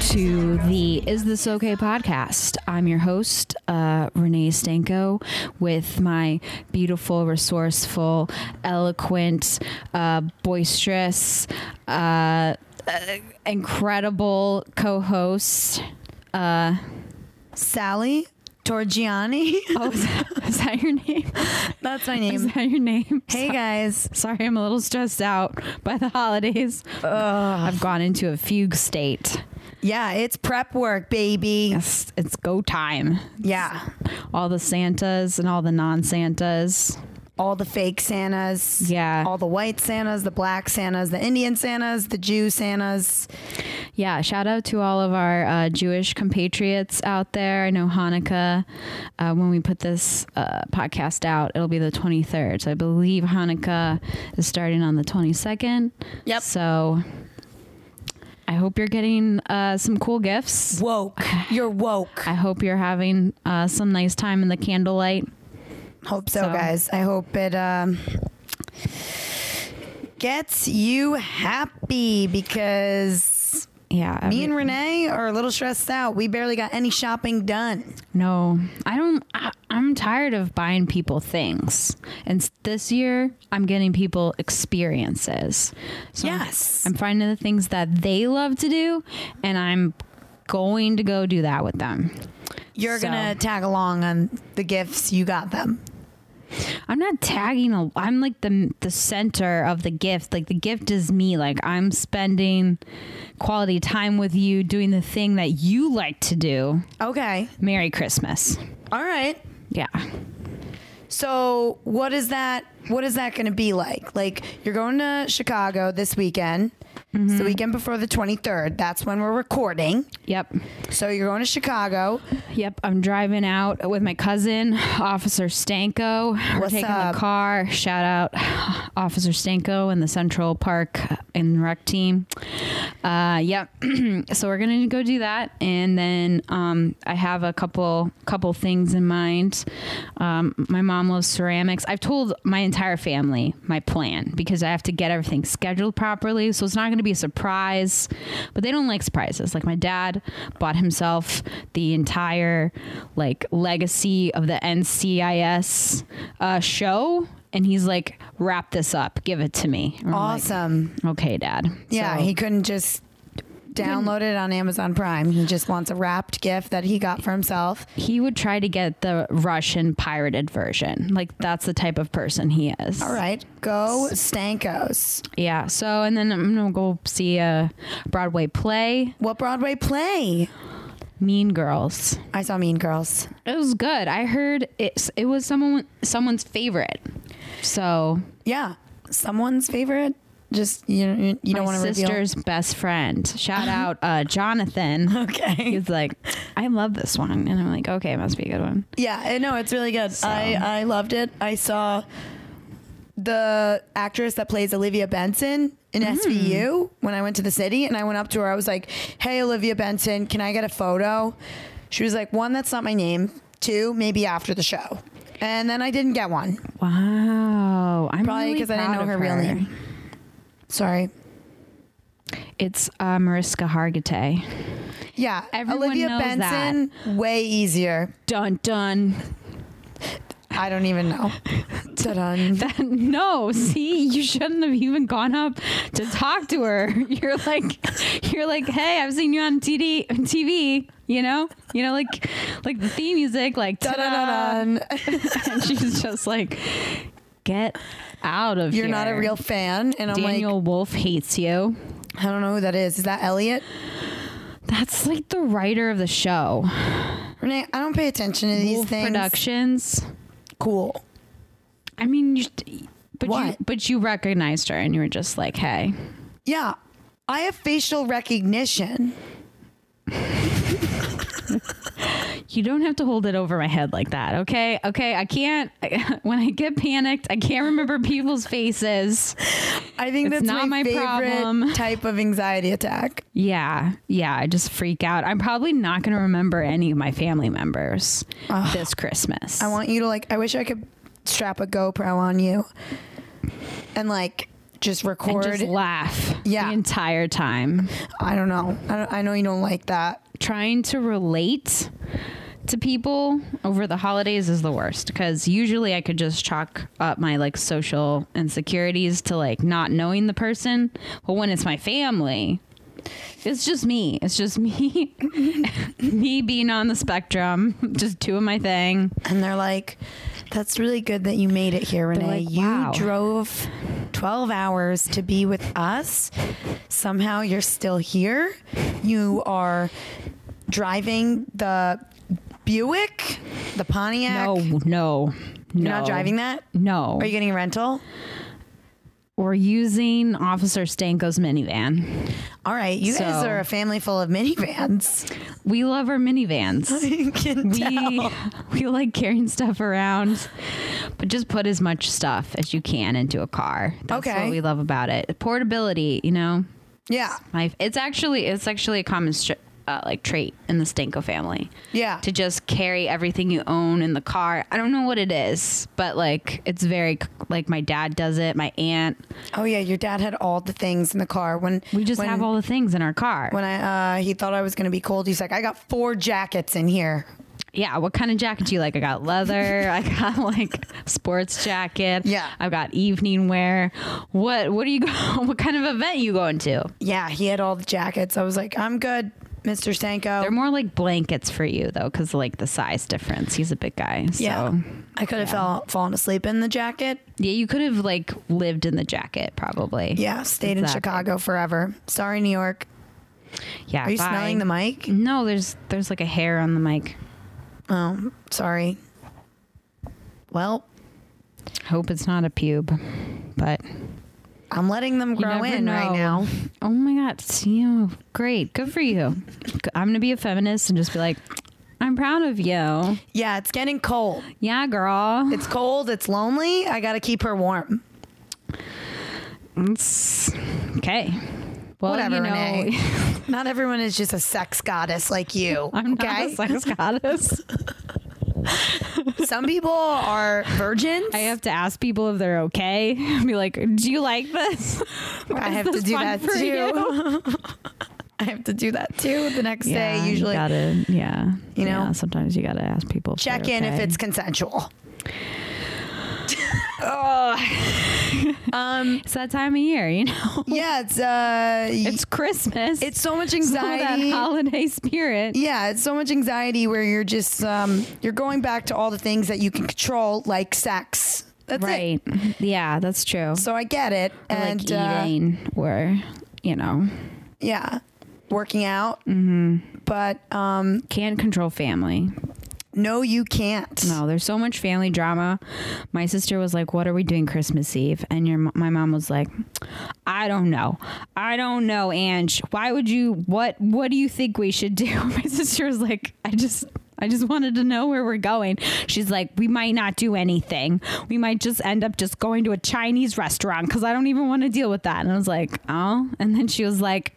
to the Is This Okay podcast. I'm your host, uh, Renee Stanko, with my beautiful, resourceful, eloquent, uh, boisterous, uh, uh, incredible co host. Uh, Sally Torgiani. oh, is that, is that your name? That's my Is name. that your name? Hey guys. Sorry, I'm a little stressed out by the holidays. I've gone into a fugue state. Yeah, it's prep work, baby. Yes, it's go time. Yeah. All the Santas and all the non Santas. All the fake Santas. Yeah. All the white Santas, the black Santas, the Indian Santas, the Jew Santas. Yeah, shout out to all of our uh, Jewish compatriots out there. I know Hanukkah, uh, when we put this uh, podcast out, it'll be the 23rd. So I believe Hanukkah is starting on the 22nd. Yep. So I hope you're getting uh, some cool gifts. Woke. You're woke. I hope you're having uh, some nice time in the candlelight. Hope so, So. guys. I hope it um, gets you happy because Yeah. me every- and Renee are a little stressed out. We barely got any shopping done. No, I don't. I, I'm tired of buying people things, and s- this year I'm getting people experiences. So I'm- Yes. I'm, finding the things that they love to do, and I'm going to go do that with them. You're So- gonna tag along on the gifts you got them. I'm not tagging. A, I'm like the the center of the gift. Like the gift is me. Like I'm spending quality time with you, doing the thing that you like to do. Okay. Merry Christmas. All right. Yeah. So what is that? What is that gonna be like? Like you're going to Chicago this weekend. Mm-hmm. It's the weekend before the 23rd. That's when we're recording. Yep. So you're going to Chicago. Yep, I'm driving out with my cousin, Officer Stanko. We're What's taking up? the car. Shout out Officer Stanko and the Central Park and Rec team. Uh, yep. so we're gonna go do that, and then um, I have a couple couple things in mind. Um, my mom loves ceramics. I've told my entire family my plan because I have to get everything scheduled properly, so it's not gonna be a surprise. But they don't like surprises. Like my dad bought himself the entire like legacy of the NCIS uh, show. And he's like, wrap this up, give it to me. And I'm like, Awesome. okay, dad. yeah, So- he couldn't just download it on Amazon Prime. He just wants a wrapped gift that he got for himself. he would try to get the Russian pirated version. Like that's the type of person he is. All right. Go Stankos. Yeah. So and then I'm gonna go see a Broadway play, What Broadway play? Mean Girls. I saw Mean Girls. It was good. I heard it. It was someone someone's favorite. So Yeah, someone's favorite. Just you. You, you don't my want to reveal. sister's best friend. Shout out uh, Jonathan. Okay. He's like, I love this one, and I'm like, okay, it must be a good one. Yeah, I know it's really good. I I loved it. I saw the actress that plays Olivia Benson in Mm. SVU when I went to the city, and I went up to her. I was like, "Hey, Olivia Benson, can I get a photo?" She was like, "One, that's not my name. Two, maybe after the show." And then I didn't get one. Wow. I'm Probably because because I didn't know her, real name. Sorry. It's uh, Mariska Hargitay. Yeah, Everyone Olivia knows Benson, way easier. Dun dun. I don't even know. Ta-dun. that no see you shouldn't have even gone up to talk to her you're like you're like hey i've seen you on td tv you know you know like like the theme music like ta-da. Ta-dun. and she's just like get out of You're here not a real fan, and I'm daniel wolf hates you like, I don't know who that is. Is that Elliot? that's like the writer of the show Renee, I don't pay attention to these wolf things. productions Cool. i mean you but you What? but you recognized her and you were just like hey Yeah, I have facial recognition. You don't have to hold it over my head like that, okay? Okay, I can't. when I get panicked, I can't remember people's faces. I think It's that's not my favorite problem. type of anxiety attack. Yeah, yeah, I just freak out. I'm probably not going to remember any of my family members this Christmas. I want you to like. I wish I could strap a GoPro on you and like just and record. just laugh Yeah. the entire time. I don't know. I, don't, I know you don't like that. Trying to relate to people over the holidays is the worst because usually I could just chalk up my like social insecurities to like not knowing the person. But when it's my family, it's just me. It's just me, me being on the spectrum, just doing my thing. And they're like, "That's really good that you made it here, Renee. like, you wow." drove twelve hours to be with us. Somehow you're still here. You are driving the Buick, the Pontiac. No, no, no. You're not driving that. No. Are you getting a rental? We're using Officer Stanko's minivan. All right, you guys So- are a family full of minivans. We love our minivans. you can We tell. we like carrying stuff around, but just put as much stuff as you can into a car. That's Okay. what we love about it. Portability, you know. Yeah, My it's actually it's actually a common stri- uh, like trait in the Stanko family. yeah. To just carry everything you own in the car. I don't know what it is, but like it's very c- like my dad does it, my aunt. Oh yeah, your dad had all the things in the car when We just when- have all the things in our car. When I uh, he thought I was gonna be cold, he's like, "I got four jackets in here." yeah, what kind of jacket do you like? I got leather. I got like sports jacket. Yeah. I've got evening wear. What what are you go- what kind of event you going to? Yeah, he had all the jackets. I was like, "I'm good, Mr. Stanko." They're more like blankets for you though cuz like the size difference. He's a big guy. So yeah, I could have fell fallen asleep in the jacket. Yeah, you could have like lived in the jacket probably. Yeah, stayed in Exactly. Chicago forever. Sorry, New York. Yeah. Are you bye. smelling the mic? No, there's there's like a hair on the mic. Oh, sorry. Well, Hope it's not a pube. But I'm letting them You grow never in right know. now. Oh my God. You great. Good for you. I'm going to be a feminist and just be like, I'm proud of you. Yeah, it's getting cold. Yeah, girl. It's cold. It's lonely. I gotta keep her warm. It's okay. Well, Whatever, you know, Renee. Not everyone is just a sex goddess like you. I'm not okay. a sex goddess. Some people are virgins. I have to ask people if they're okay. Be like, do you like this? I Is have to this do fun that for too. I have to do that too the next day. Usually, you gotta, yeah, You know? Yeah, sometimes you gotta ask people. if check they're in if okay. it's consensual. Um, it's that time of year, you know. Yeah, it's uh, it's It's Christmas. it's so much Some of that anxiety. holiday spirit. yeah, it's so much anxiety where you're just um, you're going back to all the things that you can control, like sex. That's right. Yeah, that's true. it. So I get it, Or, and like uh, eating or you know yeah, working out. But um, can't control family. no, you can't. No, there's so much family drama. My sister was like, "What are we doing Christmas Eve?" And your my mom was like, "I don't know. I don't know, Ange. Why would you what what do you think we should do?" My sister was like, "I just I just wanted to know where we're going." She's like, "We might not do anything. We might just end up just going to a Chinese restaurant cuz I don't even want to deal with that." And I was like, "Oh." And then she was like,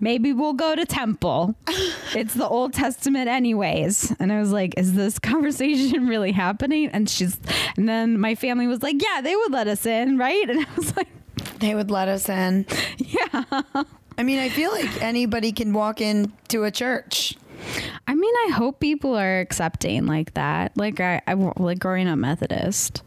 "Maybe we'll go to temple." it's the Old Testament anyways. And I was like, is this conversation really happening? And she's and then my family was like, yeah, they would let us in, right? And I was like, They would let us in. yeah. I mean, I feel like anybody can walk into a church. I mean, I hope people are accepting like that. Like I, I like growing up Methodist,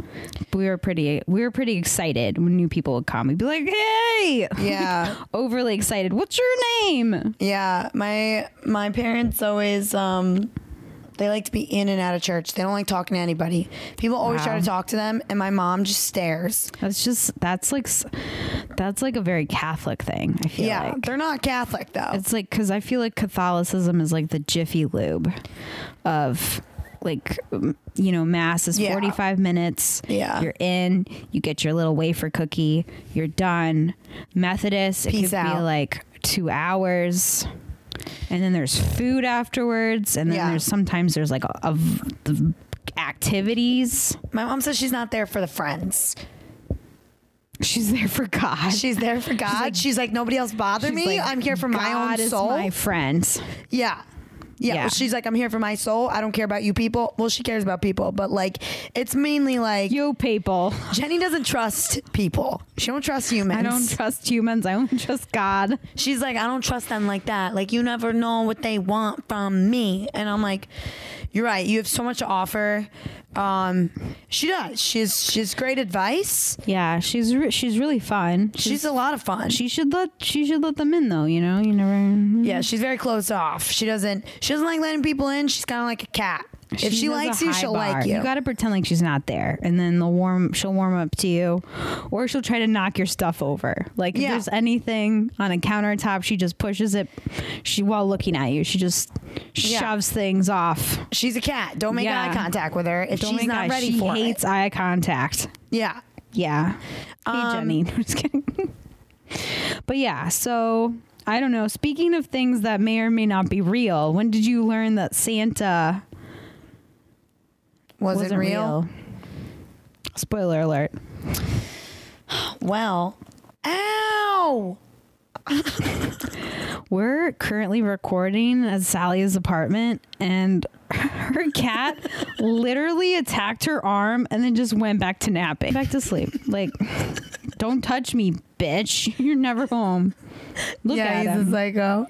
we were pretty we were pretty excited when new people would come. We'd be like, hey, Yeah. overly excited. What's your name? yeah. My my parents always um they like to be in and out of church. They don't like talking to anybody. People always try Wow. to talk to them and my mom just stares. That's just that's like s- that's like a very Catholic thing. I feel yeah. like. They're not Catholic though. It's like because I feel like Catholicism is like the Jiffy Lube of like um, you know mass is Yeah. 45 minutes Yeah. you're in you get your little wafer cookie you're done methodist it Peace could be out. like two hours and then there's food afterwards and then Yeah. there's sometimes there's like a, a v- the activities my mom says she's not there for the friends. she's there for god She's there for God. She's like, nobody else bother She's me. like, I'm here for my God own is soul. my friend yeah. Yeah, Yeah. well, she's like, I'm here for my soul. I don't care about you people. Well, she cares about people, but like, it's mainly like You people. Jenny doesn't trust people. She don't trust humans. I don't trust humans. I don't trust God. She's like, I don't trust them like that. Like, you never know what they want from me. And I'm like, you're right. You have so much to offer. Um, she does. She's she's great advice. Yeah, she's re- she's really fun. She's a lot of fun. she should let she should let them in though. You know, you never. yeah, she's very closed off. She doesn't she doesn't like letting people in. She's kind of like a cat. if she has likes a you, high she'll bar. like you. You got to pretend like she's not there, and then the warm she'll warm up to you, or she'll try to knock your stuff over. Like if Yeah. there's anything on a countertop, she just pushes it. She while looking at you, she just Yeah. shoves things off. she's a cat. Don't make Yeah. eye contact with her if Don't she's make not eye- ready she for hates it. eye contact. Yeah. Yeah. Hey, Um, Jenny. I'm just kidding. but yeah, so I don't know. Speaking of things that may or may not be real, when did you learn that Santa Was wasn't it real? real? Spoiler alert. Well. Ow. We're currently recording at Sally's apartment, and her cat literally attacked her arm and then just went back to napping, back to sleep. Like, don't touch me, bitch. You're never home. Look yeah, at he's him. a Um, psycho.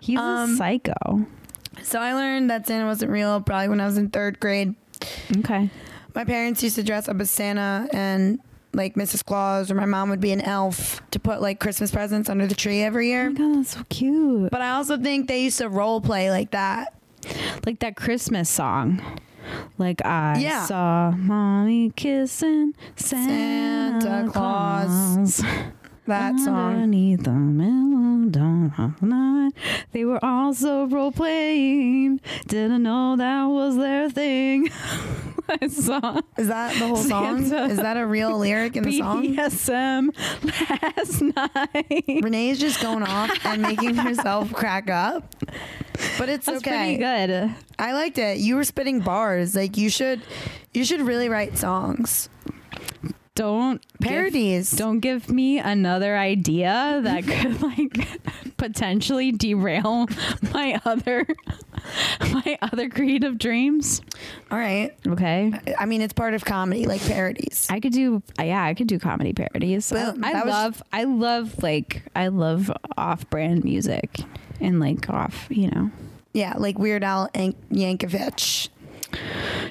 he's a psycho. So I learned that Santa wasn't real probably when I was in third grade. Okay. My parents used to dress up as Santa and like Mrs. Claus, or my mom would be an elf to put like Christmas presents under the tree every year. Oh God, that's so cute. But I also think they used to role play like that. Like that Christmas song. Like I Yeah. saw mommy kissing Santa, Santa Claus. Claus. That song. Underneath the mellow dawn of night, they were also role playing. Didn't know that was their thing. I saw Is that the whole song? Santa. Is that a real lyric in the song? BDSM E last night. Renee's just going off and making herself crack up. But it's That's okay. pretty good. I liked it. You were spitting bars. Like you should you should really write songs. Don't give Parodies. Don't give me another idea that could like potentially derail my other my other creative dreams. All right. Okay. I mean it's part of comedy, like parodies. I could do yeah, I could do comedy parodies. I- Boom. I, That was- love I love like I love off-brand music and like off, you know. Yeah, like Weird Al An- Yankovic.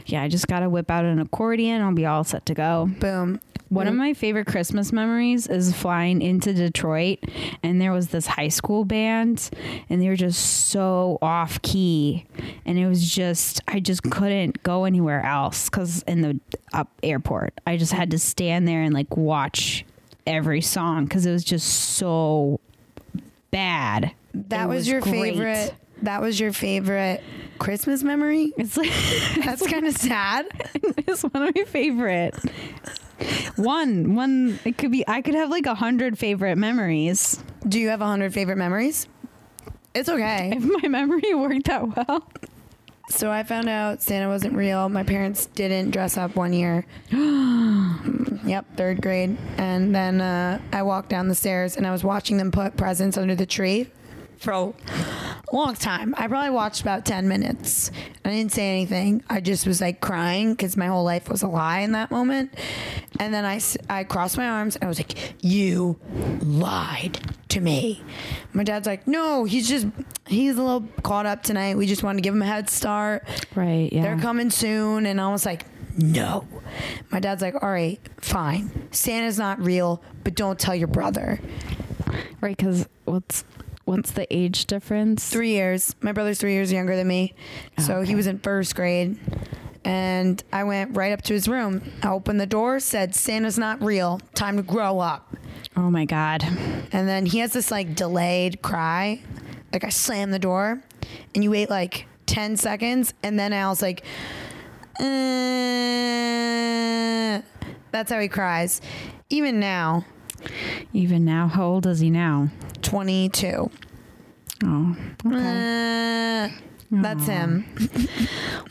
Yeah, I just got to whip out an accordion, I'll be all set to go. Boom. One Mm-hmm. of my favorite Christmas memories is flying into Detroit, and there was this high school band, and they were just so off key, and it was just I just couldn't go anywhere else because in the up airport, I just had to stand there and like watch every song because it was just so bad. That It was, your great. favorite. That was your favorite Christmas memory. It's like That's kind of sad. it's one of my favorite. One, one. It could be. I could have like a hundred favorite memories. Do you have a hundred favorite memories? It's okay. if my memory worked that well. So I found out Santa wasn't real. My parents didn't dress up one year. yep, third grade. And then uh, I walked down the stairs and I was watching them put presents under the tree for a long time. I probably watched about 10 minutes. I didn't say anything. I just was like crying because my whole life was a lie in that moment. And then I, s- I crossed my arms and I was like, You lied to me. My dad's like, No, he's just, he's a little caught up tonight. We just wanted to give him a head start Right. Yeah. they're coming soon. And I was like, no. My dad's like, all right, fine. Santa's not real, but don't tell your brother. right. Because what's what's the age difference? Three years. My brother's three years younger than me. So he was in first grade. And I went right up to his room. I opened the door, said, Santa's not real. Time to grow up. Oh my God. And then he has this like delayed cry. Like I slammed the door and you wait like 10 seconds. And then I was like, "Uh," that's how he cries. Even now, Even now, how old is he now? 22. Oh. Okay. Uh, that's him.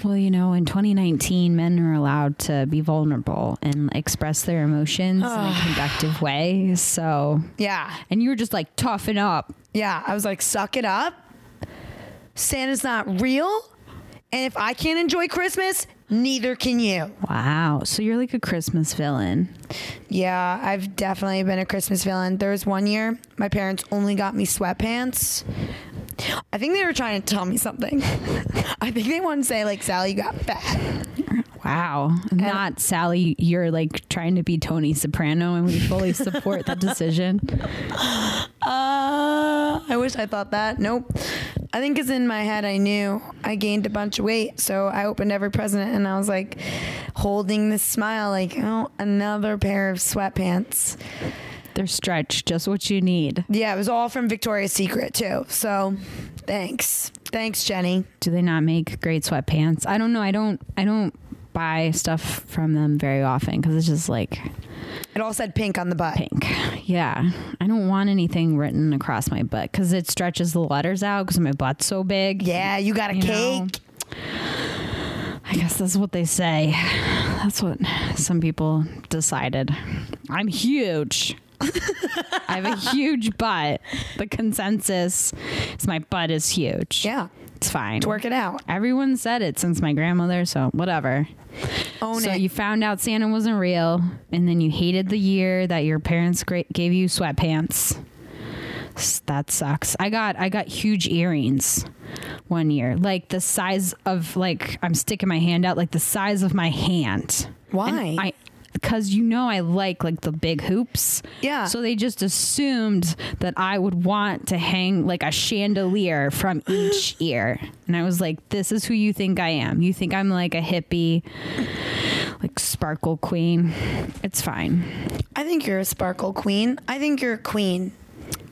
Well, you know, in 2019, men are allowed to be vulnerable and express their emotions in a conductive way. So, Yeah. and you were just like toughen up. Yeah. I was like, suck it up. Santa's not real. And if I can't enjoy Christmas, neither can you. Wow. So you're like a Christmas villain. Yeah, I've definitely been a Christmas villain. There was one year my parents only got me sweatpants. I think they were trying to tell me something. I think they wanted to say, like, Sally, you got fat. Wow. Not Sally, you're like trying to be Tony Soprano, and we fully support that decision. Uh, I wish I thought that. Nope. I think it's in my head. I knew I gained a bunch of weight, so I opened every present and I was like holding this smile, like, oh, another pair of sweatpants. They're stretched, just what you need. Yeah, it was all from Victoria's Secret, too. So thanks. Thanks, Jenny. Do they not make great sweatpants? I don't know. I don't, I don't buy stuff from them very often because it's just like It all said pink on the butt. pink. Yeah. I don't want anything written across my butt because it stretches the letters out because my butt's so big. Yeah, you got a You cake. know. I guess that's what they say. That's what some people decided. I'm huge. I have a huge butt. The consensus is my butt is huge. Yeah, It's fine. work it out. Everyone said it since my grandmother, so whatever. Own so it. you found out Santa wasn't real, and then you hated the year that your parents gra- gave you sweatpants. S- That sucks. I got I got huge earrings one year, like the size of like I'm sticking my hand out, like the size of my hand. Why? And I because you know I like like the big hoops. Yeah. So they just assumed that I would want to hang like a chandelier from each ear. And I was like, this is who you think I am. You think I'm like a hippie, like sparkle queen. It's fine. I think you're a sparkle queen. I think you're a queen.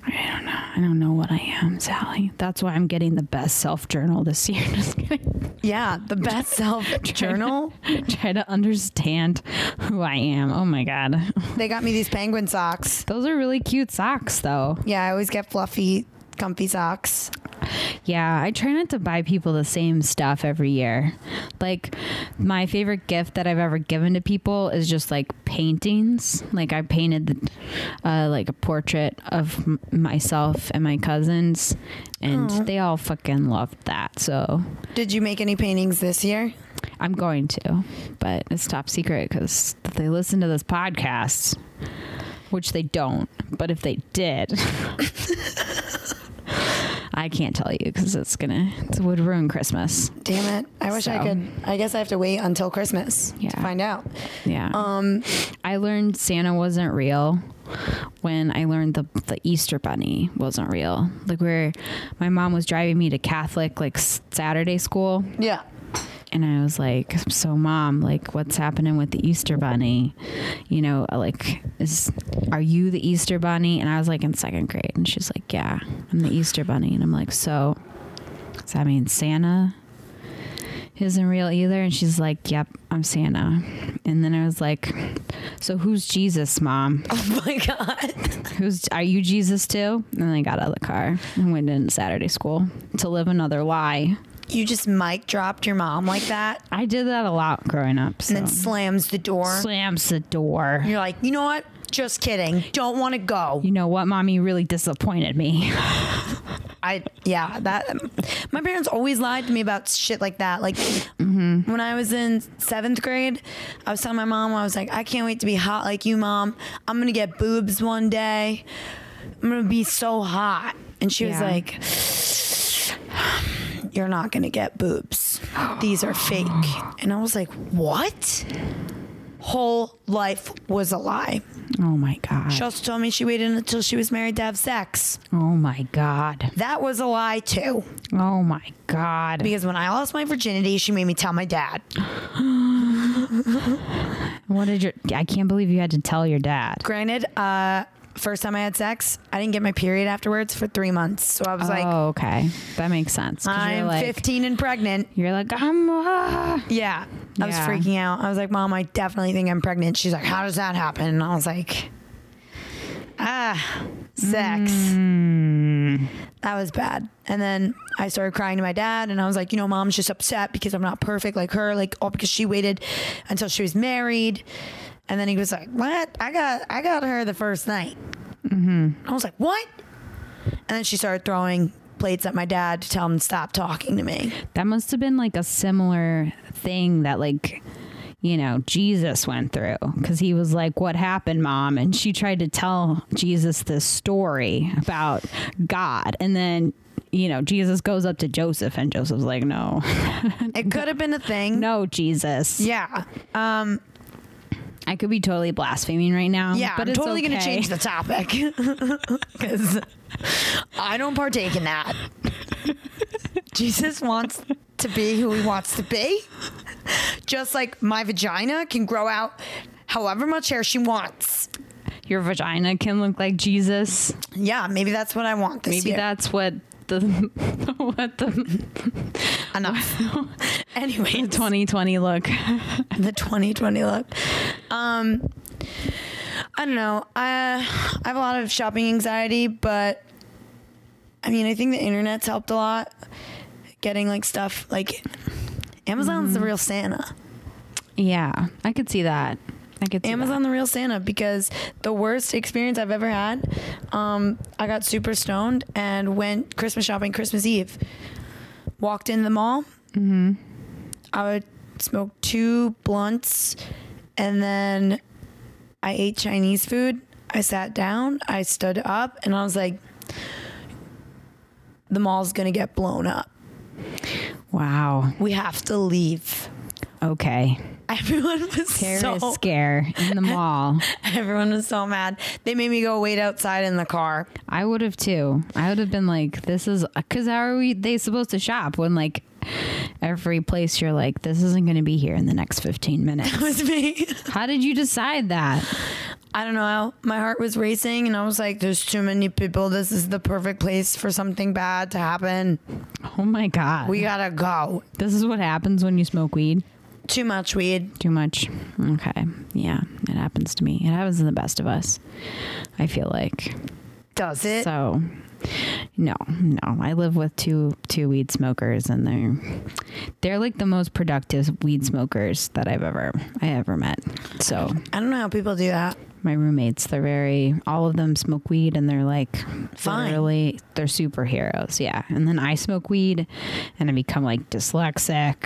I don't know. I don't know what I am, Sally. That's why I'm getting the best self journal this year. Just kidding. Yeah, the best self journal. Try to understand who I am. Oh my God. They got me these penguin socks. Those are really cute socks, though. Yeah, I always get fluffy, comfy socks. Yeah, I try not to buy people the same stuff every year. Like, my favorite gift that I've ever given to people is just like paintings. Like, I painted uh, like a portrait of m- myself and my cousins, and they all fucking loved that. So, Did you make any paintings this year? I'm going to, but it's top secret because they listen to this podcast, which they don't. But if they did, I can't tell you because it's gonna it would ruin Christmas. Damn it. I wish I So. could. I guess I have to wait until Christmas to Yeah. find out. Yeah, Um, I learned Santa wasn't real when I learned the the Easter Bunny wasn't real. Like where my mom was driving me to Catholic like s- Saturday school. yeah. And I was like, so mom, like what's happening with the Easter bunny? You know, uh, like is are you the Easter bunny? And I was like in second grade and she's like, yeah, I'm the Easter bunny. And I'm like, so does that mean Santa isn't real either? And she's like, yep, I'm Santa. And then I was like, so who's Jesus, mom? Oh my God. Who's are you Jesus too? And I got out of the car and went into Saturday school to live another lie. You just mic dropped your mom like that I did that a lot growing up. So. and then slams the door. slams the door. You're like, you know what? Just kidding. Don't want to go. You know what, mommy You really disappointed me. I yeah that my parents always lied to me about shit like that. Like when I was in seventh grade, I was telling my mom I was like, I can't wait to be hot like you, mom. I'm gonna get boobs one day. I'm gonna be so hot, and she was Yeah. like. You're not gonna get boobs. These are fake. And I was like, what? Whole life was a lie. Oh my god. She also told me she waited until she was married to have sex. oh my god. That was a lie too. Oh my god. Because when I lost my virginity, she made me tell my dad. what did your I can't believe you had to tell your dad. Granted, uh, first time I had sex, I didn't get my period afterwards for three months. So I was like, oh, okay. That makes sense. 'Cause I'm you're like, 15 and pregnant. You're like, I'm uh, Yeah. I was Yeah. freaking out. I was like, Mom, I definitely think I'm pregnant. She's like, How does that happen? And I was like, Ah, sex. That was bad. And then I started crying to my dad, and I was like, You know, Mom's just upset because I'm not perfect like her, like, all because she waited until she was married. And then he was like, What? I got, I got her the first night. I was like, What? And then she started throwing plates at my dad to tell him to stop talking to me. That must have been like a similar thing that like you know Jesus went through because he was like, "What happened, mom?" And she tried to tell Jesus this story about God, and then you know Jesus goes up to Joseph, and Joseph's like, "No, It could have been a thing. no, Jesus, Yeah. Um, I could be totally blaspheming right now, yeah, Um, but I'm it's totally going to okay. change the topic because I don't partake in that. Jesus wants to be who he wants to be. Just like my vagina can grow out however much hair she wants. Your vagina can look like Jesus. Yeah, maybe that's what I want this Maybe year. that's what the what the Enough. anyway, 2020 look. the 2020 look. Um, I don't know. I I have a lot of shopping anxiety, but I mean, I think the internet's helped a lot. Getting like stuff like Amazon's the real Santa. Yeah, I could see that. I could see Amazon the real Santa because the worst experience I've ever had. Um, I got super stoned and went Christmas shopping Christmas Eve. Walked in the mall. Mm-hmm. I would smoke two blunts, and then I ate Chinese food. I sat down. I stood up, and I was like, "The mall's gonna get blown up. That. Wow. We have to leave." Okay. Everyone was Terrorist so scare in the mall. Everyone was so mad. They made me go wait outside in the car. I would have too. I would have been like, this is because how are we they supposed to shop when like every place you're like, this isn't going to be here in the next 15 minutes. It was me. how did you decide that? I don't know. how- My heart was racing, and I was like, "There's too many people. This is the perfect place for something bad to happen. Oh my God. We gotta go." this is what happens when you smoke weed. Too much weed. Too much. Okay. Yeah. It happens to me. It happens to the best of us. I feel like. Does it? So no, no. I live with two two weed smokers and they're they're like the most productive weed smokers that I've ever I ever met. So I don't know how people do that. my roommates, they're very all of them smoke weed and they're like Fine. literally they're superheroes. Yeah. And then I smoke weed and I become like dyslexic,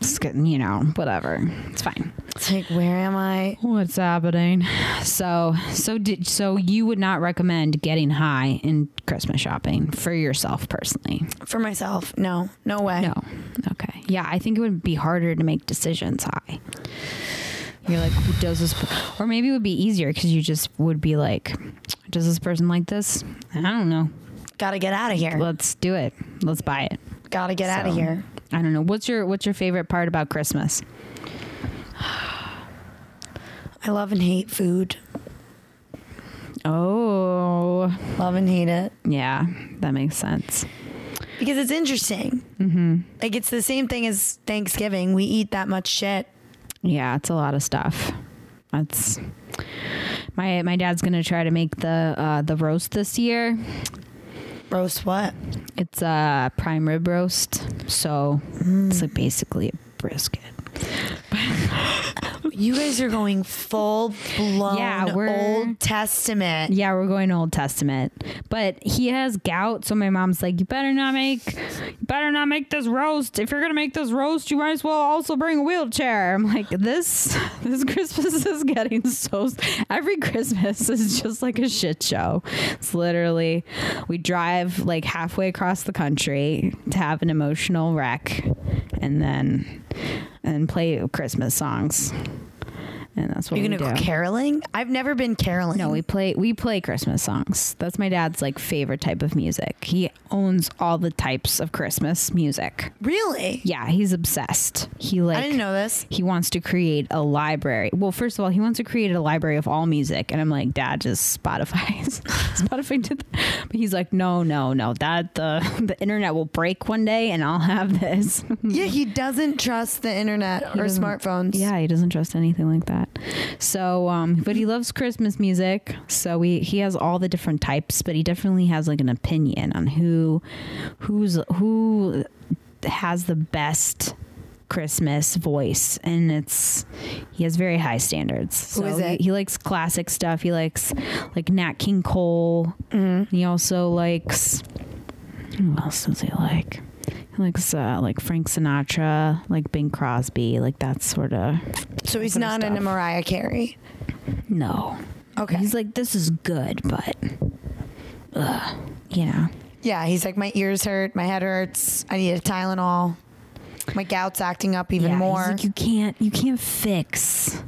just getting, you know, whatever. It's fine. It's like, where am I? What's happening? So, so did so you would not recommend getting high in Christmas shopping for yourself personally? For myself? No, no way. No. Okay. Yeah, I think it would be harder to make decisions high. You're like, who does this? Or maybe it would be easier because you just would be like, does this person like this? I don't know. Gotta get out of here. Let's do it. Let's buy it. Gotta get out of So, here. I don't know. What's your What's your favorite part about Christmas? I love and hate food. Oh, Love and hate it. yeah, that makes sense. because it's interesting. Mm-hmm. Like it's the same thing as Thanksgiving. We eat that much shit. Yeah, it's a lot of stuff. That's my my dad's gonna try to make the uh, the roast this year. Roast what? It's a prime rib roast, so it's like basically a brisket. You guys are going full blown Yeah, we're- Old Testament. Yeah, we're going Old Testament, but he has gout, so my mom's like, "You better not make, you better not make this roast. If you're gonna make this roast, you might as well also bring a wheelchair." I'm like, "This this Christmas is getting so. Every Christmas is just like a shit show. It's literally we drive like halfway across the country to have an emotional wreck, and then and play Christmas songs, and that's what You're we gonna go do. caroling? I've never been caroling. No, we play we play Christmas songs. That's my dad's like favorite type of music. He owns all the types of Christmas music. really. Yeah, he's obsessed. He like I didn't know this. he wants to create a library. Well, first of all, he wants to create a library of all music, and I'm like, Dad, just Spotify. Spotify did that, but he's like, No, no, no. That the the internet will break one day, and I'll have this. Yeah, he doesn't trust the internet or doesn't- smartphones. Yeah, he doesn't trust anything like that. So, um, but he loves Christmas music. So we he has all the different types, but he definitely has like an opinion on who who's who has the best Christmas voice, and it's he has very high standards. Who so is he- it? He, likes classic Mm-hmm. stuff. He likes like Nat King Cole. He also likes. Who else does he like? He likes uh, like Frank Sinatra, like Bing Crosby, like that sort of. So he's Sort of not into stuff. Mariah Carey. No, Okay. he's like this is good, but, ugh, you know, yeah, he's like my ears hurt, my head hurts, I need a Tylenol. My gout's acting up even Yeah, he's more. like, you can't, you can't fix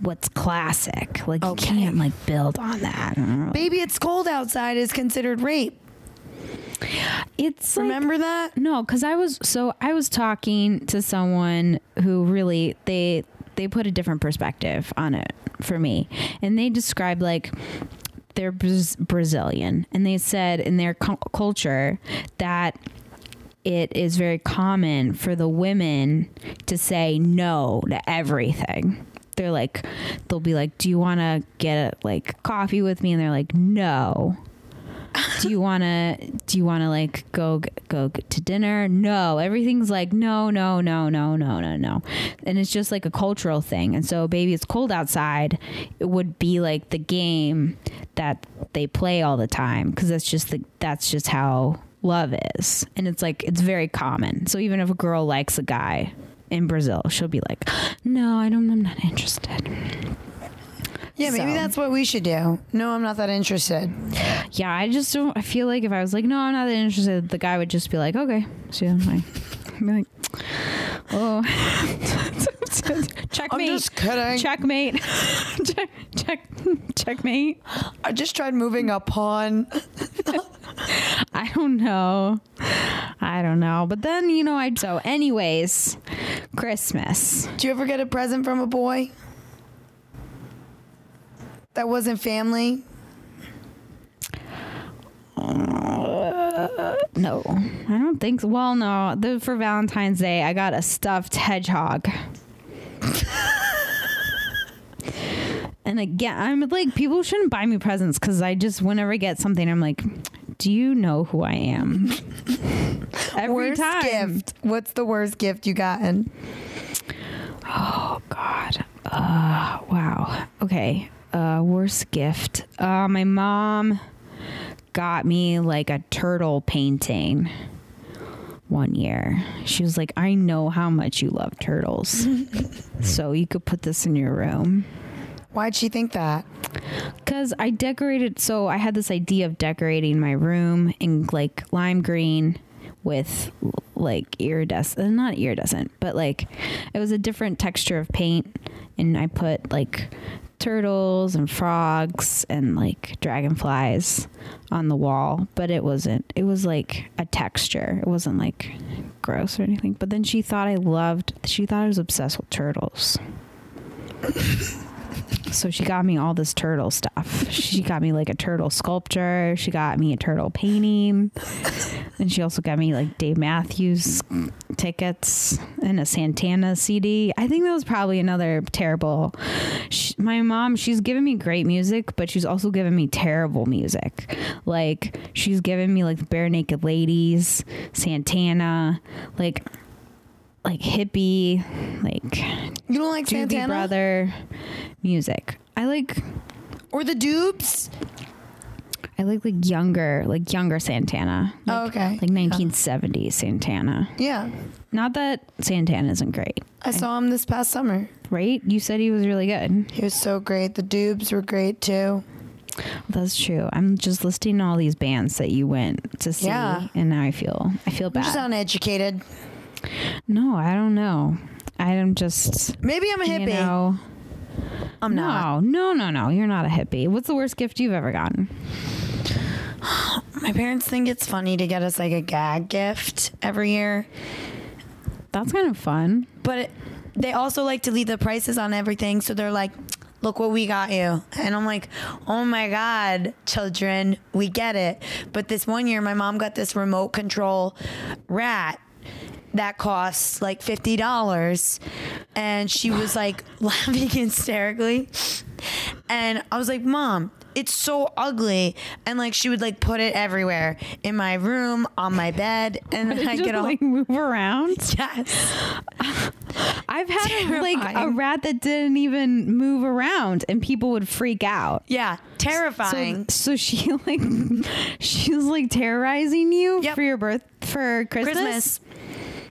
what's classic. Like Okay. you can't like build on that. Baby, it's cold outside is considered rape. It's like, Remember that? No, because I was so I was talking to someone who really they they put a different perspective on it for me, and they described like they're Braz- Brazilian, and they said in their cu- culture that it is very common for the women to say no to everything. They're like, they'll be like, "Do you want to get like coffee with me?" And they're like, "No." do you want to? Do you want to like go g- go g- to dinner? No, everything's like no, no, no, no, no, no, no, and it's just like a cultural thing. And so, baby, it's cold outside. It would be like the game that they play all the time because that's just the that's just how love is and it's like it's very common so even if a girl likes a guy in brazil she'll be like no i don't i'm not interested Yeah, maybe So- that's what we should do. No, I'm not that interested. yeah i just don't i feel like if i was like no i'm not that interested the guy would just be like okay so i'm like I'd be like oh I'm checkmate just kidding. checkmate check check checkmate I just tried moving a pawn. I don't know. I don't know. But then, you know, I so anyways, Christmas. Do you ever get a present from a boy? That wasn't family? No, I don't think so. Well, no, the, for Valentine's Day, I got a stuffed hedgehog. and again, I'm like, people shouldn't buy me presents because I just, whenever I get something, I'm like, do you know who I am? Every worst time. gift. What's the worst gift you gotten? Oh God. Uh, wow. Okay. Uh, worst gift. Uh, my mom got me like a turtle painting one year. She was like, "I know how much you love turtles, so you could put this in your room." Why'd she think that? Because I decorated, so I had this idea of decorating my room in like lime green with like iridescent, not iridescent, but like it was a different texture of paint. And I put like turtles and frogs and like dragonflies on the wall, but it wasn't, it was like a texture. It wasn't like gross or anything. But then she thought I loved, she thought I was obsessed with turtles. So she got me all this turtle stuff. She got me like a turtle sculpture. She got me a turtle painting. and she also got me like Dave Matthews tickets and a Santana CD. I think that was probably another terrible. She, my mom, she's given me great music, but she's also given me terrible music. Like she's given me like Bare Naked Ladies, Santana, like like hippie, like You don't like Doobie Santana? Brother music. I like Or the dupes? I like like younger like younger Santana. Like, Oh, okay. Like 1970s Santana. Yeah. Not that Santana isn't great, I saw him this past summer. right? You said he was really good. He was so great. The dupes were great too. That's true. I'm just listing all these bands that you went to see, Yeah. and now I feel I feel I'm just bad. uneducated. no, I don't know. I'm just Maybe I'm a hippie. you know. I'm No, not. no, no, no. You're not a hippie. What's the worst gift you've ever gotten? My parents think it's funny to get us like a gag gift every year, That's kind of fun. but it, they also like to leave the prices on everything. So they're like, look what we got you. And I'm like, oh my God, children, we get it. But this one year, my mom got this remote control rat that costs like $50. And she was like laughing hysterically. And I was like, Mom, it's so ugly. And like she would like put it everywhere in my room, on my bed. And then I just get all like move around. Yes. I've had a, like a Terrifying. rat that didn't even move around, and people would freak out. Yeah, So, terrifying. so she like she's like terrorizing you Yep. for your birth for Christmas. Christmas.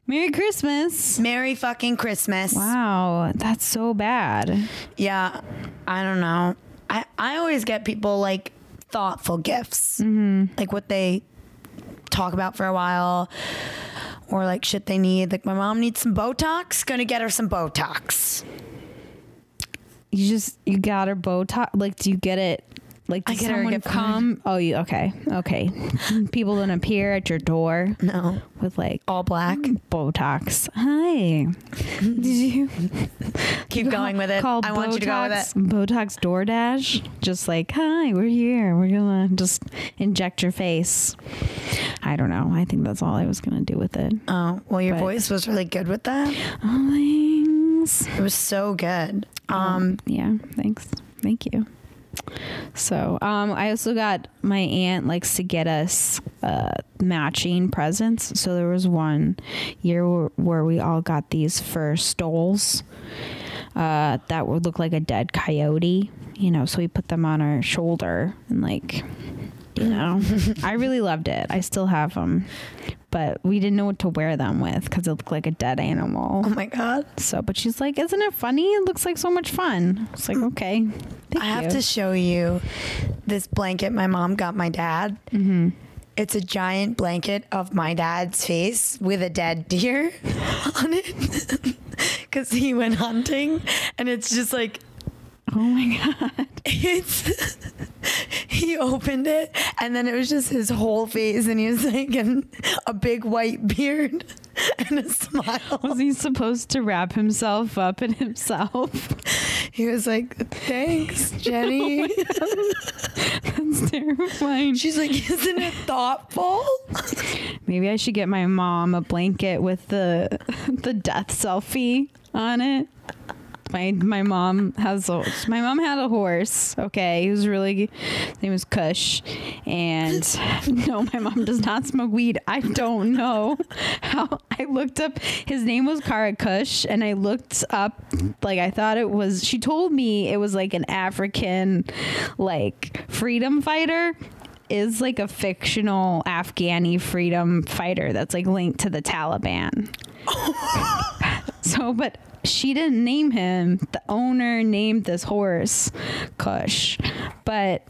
Merry Christmas. Merry fucking Christmas. Wow, that's so bad. Yeah, I don't know. I, I always get people like thoughtful gifts, Mm-hmm. like what they talk about for a while, or like shit they need. Like my mom needs some Botox, gonna get her some Botox. You just you got her Botox. Like, do you get it? Like, I does get her a someone gift from come? Oh, you okay? Okay. People don't appear at your door No, with like all black. Mm-hmm. Botox. Hi. Did you Keep going with it. Call I want Botox, you to go with it. Botox DoorDash. Just like, hi, we're here. We're gonna just inject your face. I don't know. I think that's all I was gonna do with it. Oh, well, your But- voice was really good with that. Oh, thanks. It was so good. Oh. Um, yeah, thanks. Thank you. So, um, I also got my aunt likes to get us uh, matching presents. So there was one year where, where we all got these fur stoles uh, that would look like a dead coyote. You know, so we put them on our shoulder and like, you know, I really loved it. I still have them, but we didn't know what to wear them with because it looked like a dead animal. oh my god, So, but she's like, "Isn't it funny? It looks like so much fun." It's like, okay, thank I have you. to show you this blanket my mom got my dad. Mm-hmm. It's a giant blanket of my dad's face with a dead deer on it because he went hunting, and it's just like oh my god, it's. he opened it, and then it was just his whole face, and he was like, and a big white beard and a smile. was he supposed to wrap himself up in himself? He was like, "Thanks, Jenny." That's terrifying. She's like, "Isn't it thoughtful?" Maybe I should get my mom a blanket with the the death selfie on it. My my mom has a, my mom had a horse. Okay, he was really his name was Kush, and no, my mom does not smoke weed. I don't know how I looked up his name was Kara Kush, and I looked up like I thought it was. She told me it was like an African like freedom fighter is like a fictional Afghani freedom fighter that's like linked to the Taliban. so, but she didn't name him. The owner named this horse Kush, but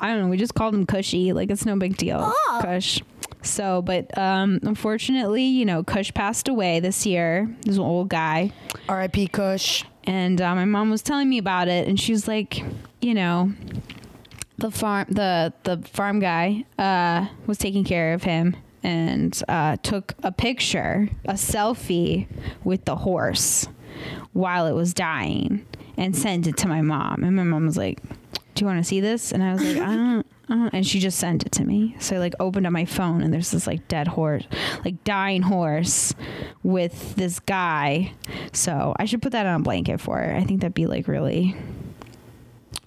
I don't know. We just called him Cushy. Like it's no big deal. Cush. So, but um, unfortunately, you know, Cush passed away this year. This old guy. R.I.P. Kush. and uh, my mom was telling me about it and she's like you know the farm the the farm guy uh, was taking care of him and uh, took a picture a selfie with the horse while it was dying and sent it to my mom and my mom was like do you want to see this and i was like i don't I don't- and she just sent it to me. So I like opened up my phone and there's this like dead horse, like dying horse with this guy. So I should put that on a blanket for her. I think that'd be like really,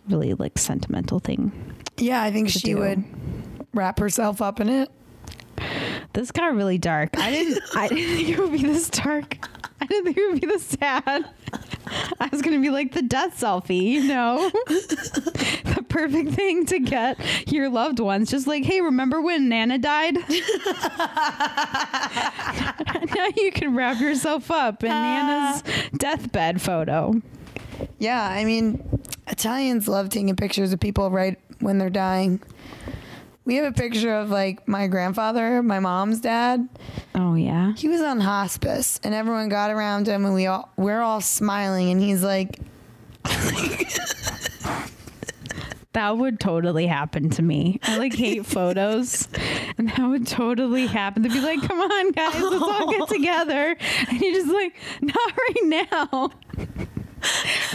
really like sentimental thing. Yeah, I think to she do. would wrap herself up in it. This got really dark. I didn't, I didn't think it would be this dark. I didn't think it would be this sad. I was gonna be like the death selfie, you know, the perfect thing to get your loved ones. Just like, hey, remember when Nana died? now you can wrap yourself up in Nana's deathbed photo. Yeah, I mean, Italians love taking pictures of people right when they're dying. We have a picture of like my grandfather, my mom's dad. Oh yeah. He was on hospice, and everyone got around him, and we all we're all smiling, and he's like, That would totally happen to me. I like hate photos, and that would totally happen. To be like, come on, guys, let's all get together. And you're just like, not right now.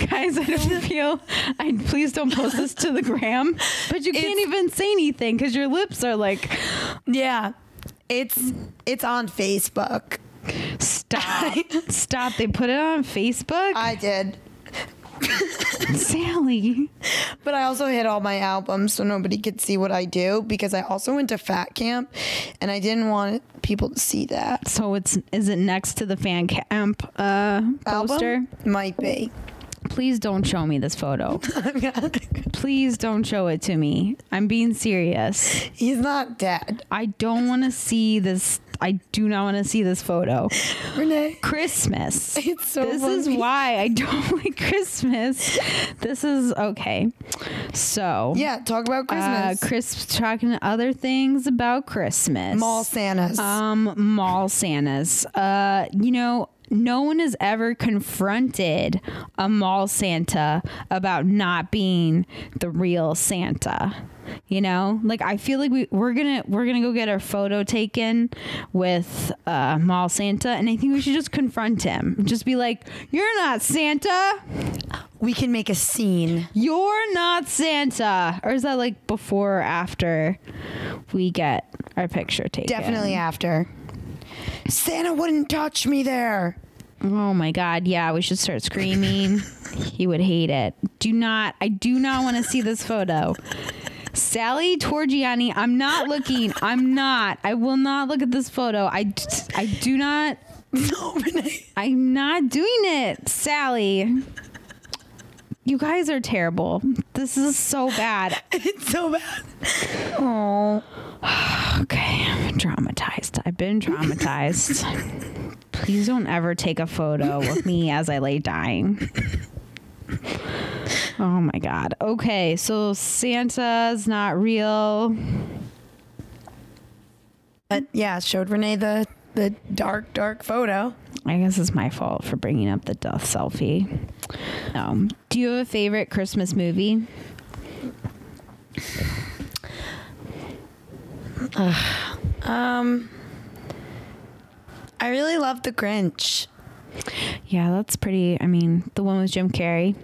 guys, I don't feel. I please don't post this to the gram. But you can't It's- even say anything because your lips are like, "Yeah, it's it's on Facebook." stop, stop. They put it on Facebook. I did. Sally. But I also hid all my albums so nobody could see what I do because I also went to fat camp and I didn't want people to see that. So it's is it next to the fan camp uh, poster? Album? Might be. Please don't show me this photo. Please don't show it to me. I'm being serious. He's not dead. I don't want to see this. I do not want to see this photo. Renee. Christmas. It's so This is funny. why I don't like Christmas. This is okay. So Yeah, talk about uh, Christmas. Chris talking other things about Christmas. Mall Santas. Um, mall Santas. Uh, you know, no one has ever confronted a mall Santa about not being the real Santa. You know, like I feel like we we're gonna we're gonna go get our photo taken with uh, mall Santa, and I think we should just confront him. Just be like, "You're not Santa. we can make a scene. You're not Santa." Or is that like before or after we get our picture taken? Definitely after. Santa wouldn't touch me there. Oh my god, yeah, we should start screaming. he would hate it. Do not I do not want to see this photo. Sally Torgiani, I'm not looking. I'm not. I will not look at this photo. I d- I do not No, Renee. I'm not doing it. Sally. You guys are terrible. This is so bad. It's so bad. Oh. Okay, I'm traumatized. I've been traumatized. Please don't ever take a photo of me as I lay dying. Oh my god. Okay, so Santa's not real. But yeah, showed Renee the the dark, dark photo. I guess it's my fault for bringing up the death selfie. Um, do you have a favorite Christmas movie? Um, I really love The Grinch. Yeah, that's pretty. I mean, the one with Jim Carrey.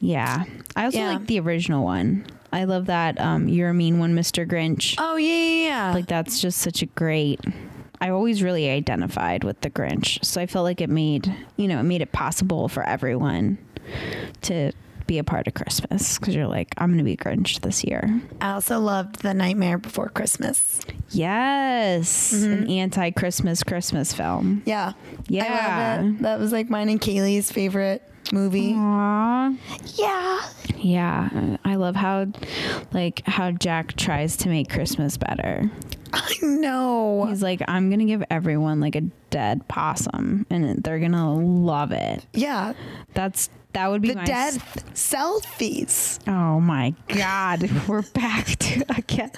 Yeah. I also Yeah. like the original one. I love that um, You're a Mean One, Mr. Grinch. Oh yeah, yeah, yeah. like that's just such a great i always really identified with the grinch so i felt like it made you know it made it possible for everyone to be a part of christmas because you're like i'm gonna be a grinch this year I also loved The Nightmare Before Christmas. yes an anti-christmas christmas film Yeah, I yeah love it. That was like mine and Kaylee's favorite movie. Aww. Yeah, yeah i love how like how jack tries to make christmas better I know. he's like i'm gonna give everyone like a dead possum and they're gonna love it Yeah, That's that would be the my death s- selfies. oh my god, we're back to again.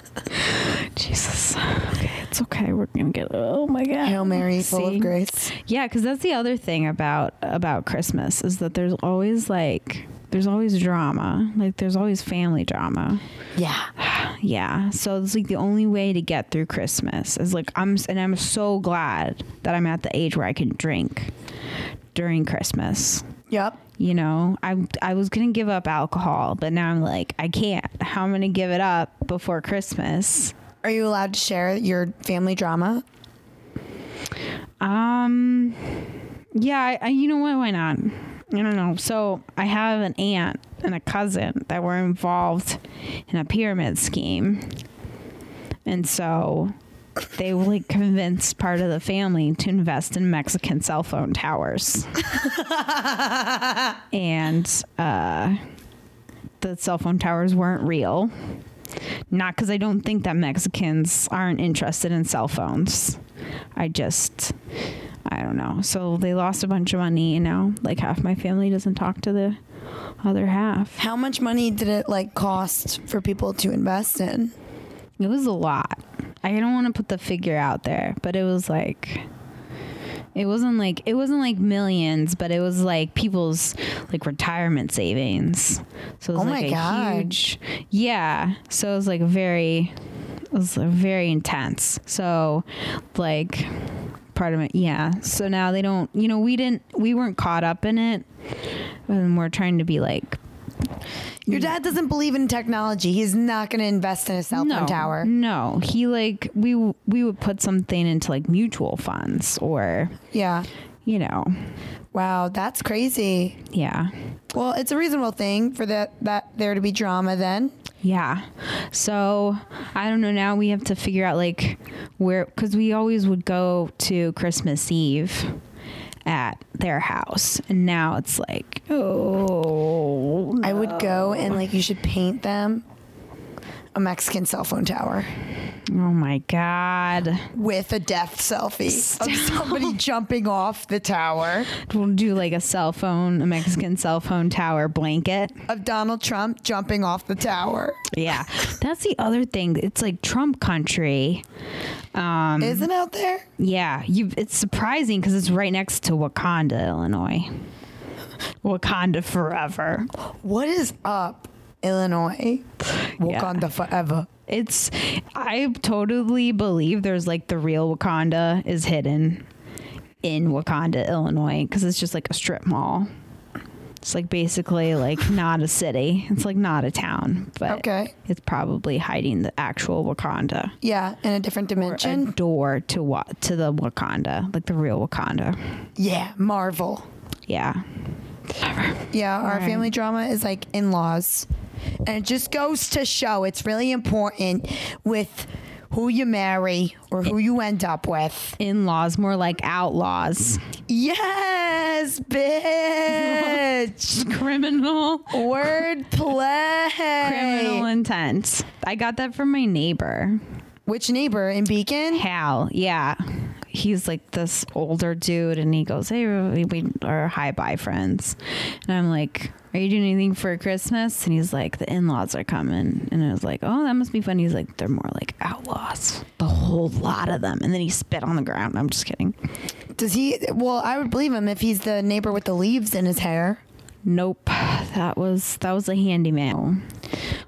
Jesus. Okay, it's okay. We're gonna get. Oh my god. Hail Mary, full See? of grace. Yeah, because that's the other thing about about Christmas is that there's always like there's always drama. Like there's always family drama. Yeah, Yeah. So it's like the only way to get through Christmas is like I'm and I'm so glad that I'm at the age where I can drink during Christmas yep. you know i i was gonna give up alcohol but now i'm like i can't how am i gonna give it up before christmas Are you allowed to share your family drama? um yeah I, I you know what why not i don't know so i have an aunt and a cousin that were involved in a pyramid scheme and so they like convinced part of the family to invest in mexican cell phone towers and uh, the cell phone towers weren't real. Not because I don't think that Mexicans aren't interested in cell phones. I just, I don't know. So they lost a bunch of money, and now like half my family doesn't talk to the other half. How much money did it like cost for people to invest in? It was a lot. I don't want to put the figure out there, but it was like it wasn't like it wasn't like millions, but it was like people's like retirement savings. So it was Oh like my a God. huge Yeah. So it was like very it was like, very intense. So like part of it yeah. So now they don't you know, we didn't we weren't caught up in it and we're trying to be like Your dad doesn't believe in technology. He's not going to invest in a cell phone tower. No, he like we we would put something into like mutual funds or Yeah. you know, Wow, that's crazy. yeah. Well, it's a reasonable thing for that that there to be drama then. Yeah. So I don't know. Now we have to figure out like where, because we always would go to Christmas Eve at their house. And now it's like, oh. I would go and like you should paint them a Mexican cell phone tower Oh my God. with a death selfie of somebody jumping off the tower We'll do like a cell phone, a Mexican cell phone tower blanket. of Donald Trump jumping off the tower. Yeah. That's the other thing. It's like Trump country. Isn't out there? Yeah, you. It's surprising because it's right next to Wakanda, Illinois. Wakanda forever. What is up, Illinois? Yeah. Wakanda forever. It's. I totally believe there's like the real Wakanda is hidden in Wakanda, Illinois, because it's just like a strip mall. It's like basically like not a city. It's like not a town, but Okay. it's probably hiding the actual Wakanda. Yeah, in a different Or dimension. a door to what to the Wakanda, like the real Wakanda. yeah, Marvel. Yeah. Yeah, our Right. family drama is like in laws. And it just goes to show it's really important with who you marry or who you end up with. In-laws, more like outlaws. Yes, bitch. criminal Word criminal play. intent i got that from my neighbor Which neighbor in Beacon? hal yeah he's like this older dude and he goes hey we- we are hi bye friends and i'm like are you doing anything for christmas and he's like the in-laws are coming and i was like oh that must be fun he's like they're more like outlaws the whole lot of them and then he spit on the ground i'm just kidding Does he? Well, I would believe him if he's the neighbor with the leaves in his hair. nope that was that was a handyman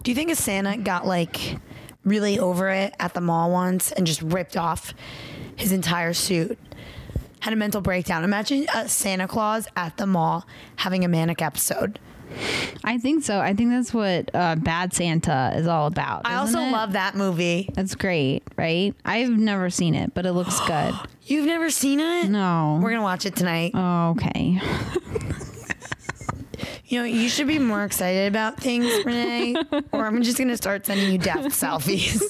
Do you think if Santa got like really over it at the mall once and just ripped off his entire suit? Had a mental breakdown. Imagine a Santa Claus at the mall having a manic episode. i think so i think that's what uh, bad santa is all about I isn't also it? love that movie. That's great, right? I've never seen it, but it looks good. You've never seen it? No. We're gonna watch it tonight. Oh, okay. You know, you should be more excited about things, Renee. or I'm just gonna start sending you death selfies.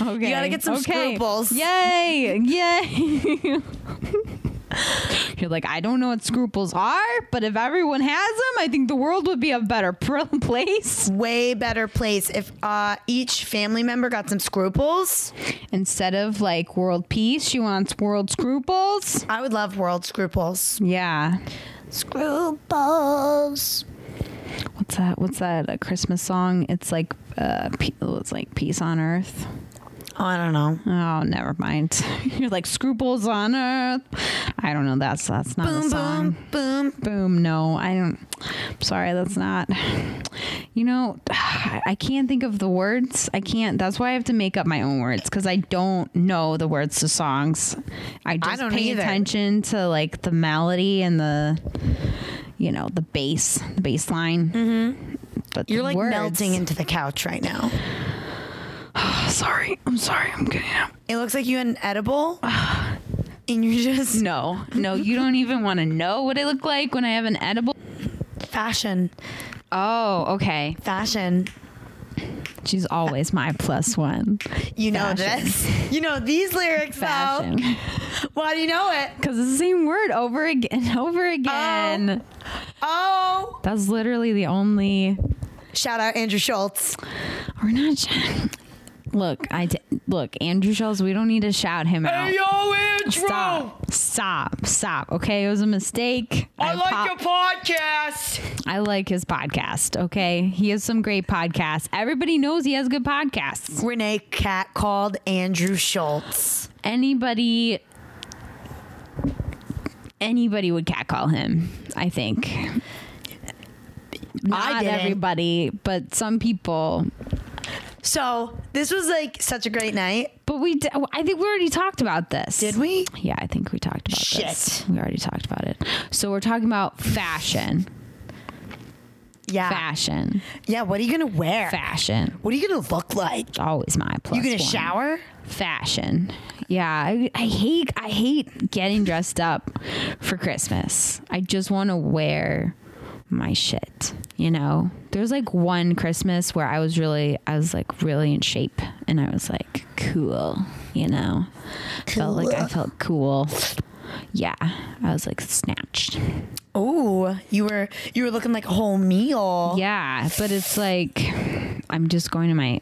Okay. gotta get some scruples. Yay! Yay! You're like, I don't know what scruples are, but if everyone has them, I think the world would be a better pr- place. Way better place if uh, each family member got some scruples. Instead of like world peace, she wants world scruples. I would love world scruples. Yeah. Scruples. What's that? What's that? A Christmas song? It's like, uh, pe- it's like peace on earth. Oh, I don't know. Oh, never mind. You're like scruples on earth. I don't know. That's that's not a Boom, song. boom, boom. Boom. No, I don't. I'm sorry, that's not. You know, I can't think of the words. I can't. That's why I have to make up my own words because I don't know the words to songs. I just don't pay either. attention to like the melody and the, you know, the bass, the bass line. Mm-hmm. But the You're like words- melting into the couch right now. Sorry, I'm sorry. I'm getting up. It looks like you had an edible, and you're just No, no, you don't even want to know what I look like when I have an edible. fashion, Oh, okay. fashion. She's always my plus one. You know Fashion. this. You know these lyrics now. Fashion. Why do you know it? Because it's the same word over again and over again. Oh, That's literally the only. shout out Andrew Schultz. We're not. sh- Look, I d- look, Andrew Schultz. We don't need to shout him out. yo, Andrew! Stop! Stop! Stop! Okay, it was a mistake. apo- podcast. I like his podcast. Okay, he has some great podcasts. Everybody knows he has good podcasts. Renee cat called Andrew Schultz. anybody anybody would catcall him i think not didn't. everybody but some people So this was like such a great night. but we d- i think we already talked about this Did we? yeah i think we talked about Shit. this we already talked about it so we're talking about fashion Yeah. Fashion. Yeah, what are you gonna wear? Fashion. What are you gonna look like? It's always my plus. You gonna one. shower? Fashion. Yeah, I, I hate I hate getting dressed up for Christmas. I just want to wear my shit. You know, there's like one Christmas where I was really I was like really in shape and I was like cool. You know, felt like I Cool. felt cool. Yeah, I was like snatched. Oh, you were you were looking like a whole meal. Yeah, but it's like I'm just going to my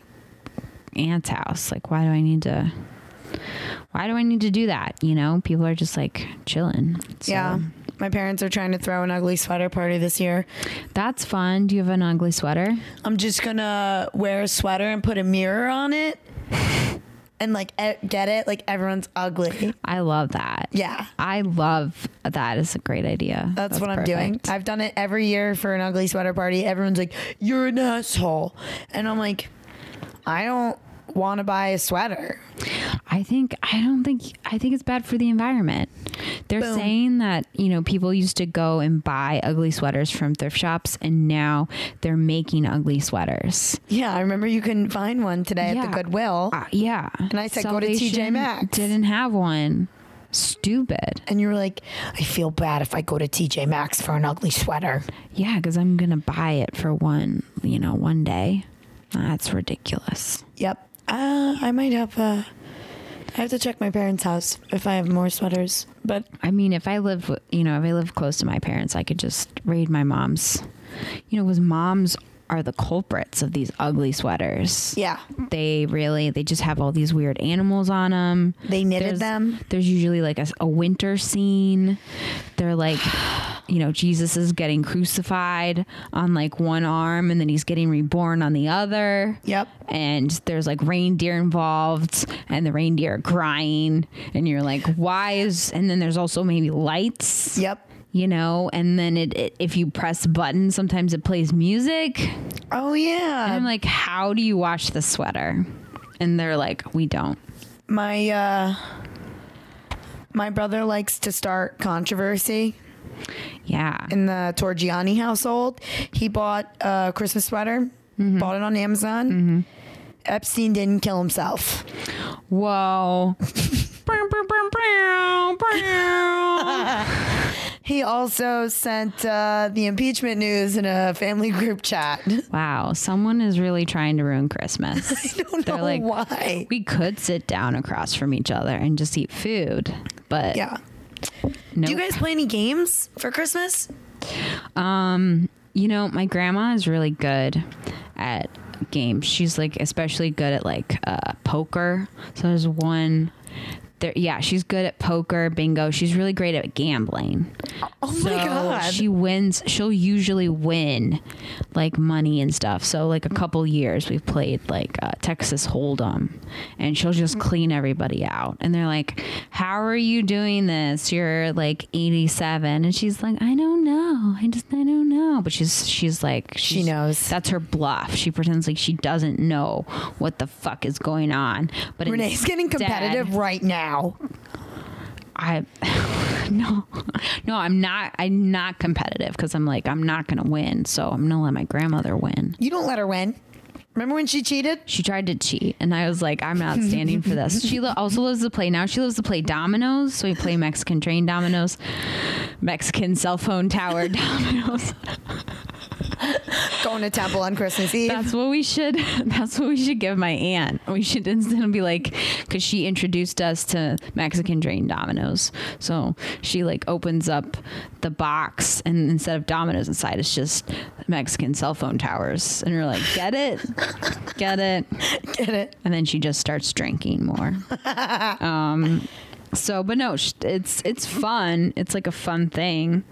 aunt's house. Like, why do I need to? Why do I need to do that? You know, people are just like chilling. So Yeah. My parents are trying to throw an ugly sweater party this year. that's fun. Do you have an ugly sweater? I'm just gonna wear a sweater and put a mirror on it, and like e- get it like everyone's ugly. I love that. Yeah. I love that. Is a great idea. That's, what I'm doing. perfect. I've done it every year for an ugly sweater party. Everyone's like, "You're an asshole," and I'm like, "I don't want to buy a sweater." I think I don't think I think it's bad for the environment. They're Boom. saying that, you know, people used to go and buy ugly sweaters from thrift shops and now they're making ugly sweaters. Yeah, I remember you couldn't find one today at Yeah. the Goodwill, Uh, yeah. And I said, "Go to TJ Maxx." Didn't have one. Stupid. and you were like, "I feel bad if I go to TJ Maxx for an ugly sweater." Yeah, because I'm gonna buy it for one, you know, one day. That's ridiculous. Yep. Uh, I might have. Uh, I have to check my parents' house if I have more sweaters, but I mean, if I lived, wi- you know, if I lived close to my parents, I could just raid my mom's. You know, because moms are the culprits of these ugly sweaters. yeah, They really, they just have all these weird animals on them. they knitted There's- them. There's usually like a, a winter scene. They're like, you know, Jesus is getting crucified on like one arm and then he's getting reborn on the other. Yep. And there's like reindeer involved and the reindeer are crying. And you're like, why is, and then there's also maybe lights. Yep. You know, and then it, it if you press buttons, sometimes it plays music. And Oh yeah. I'm like, how do you wash the sweater? And they're like, we don't. my uh my brother likes to start controversy Yeah. in the Torgiani household. He bought a Christmas sweater, Mm-hmm. bought it on Amazon. Epstein didn't kill himself. Whoa. Brow, brow, brow, brow, brow. He also sent uh, the impeachment news in a family group chat. wow, someone is really trying to ruin Christmas. I don't They're know like, why. we could sit down across from each other and just eat food, but Yeah. no. Do You, you guys play any games for Christmas? know, my grandma is really good at games. She's like especially good at like uh, poker. So there's one. There, yeah, she's good at poker, bingo. She's really great at gambling. Oh so my god. she wins she'll usually win like money and stuff so like a Mm. couple years we've played like uh, texas hold'em and she'll Mm. just clean everybody out and they're like how are you doing this you're like 87 and she's like i don't know i just i don't know but she's she's like she's- knows. that's her bluff she pretends like she doesn't know what the fuck is going on but Renee's getting instead- competitive right now. I no no I'm not I'm not competitive because I'm like I'm not gonna win so I'm gonna let my grandmother win. You don't let her win. Remember when she cheated? She tried to cheat and I was like I'm not standing for this. She lo- also loves to play now. She loves to play dominoes so we play Mexican train dominoes, Mexican cell phone tower dominoes. Going to temple on Christmas Eve. That's what we should. That's what we should give my aunt. We should instead be like, because she introduced us to Mexican drain dominoes. So she like opens up the box, and instead of dominoes inside, it's just Mexican cell phone towers. And you're like, get it, get it. Get it? And then she just starts drinking more. Um, so, but no, sh- it's it's fun. It's like a fun thing.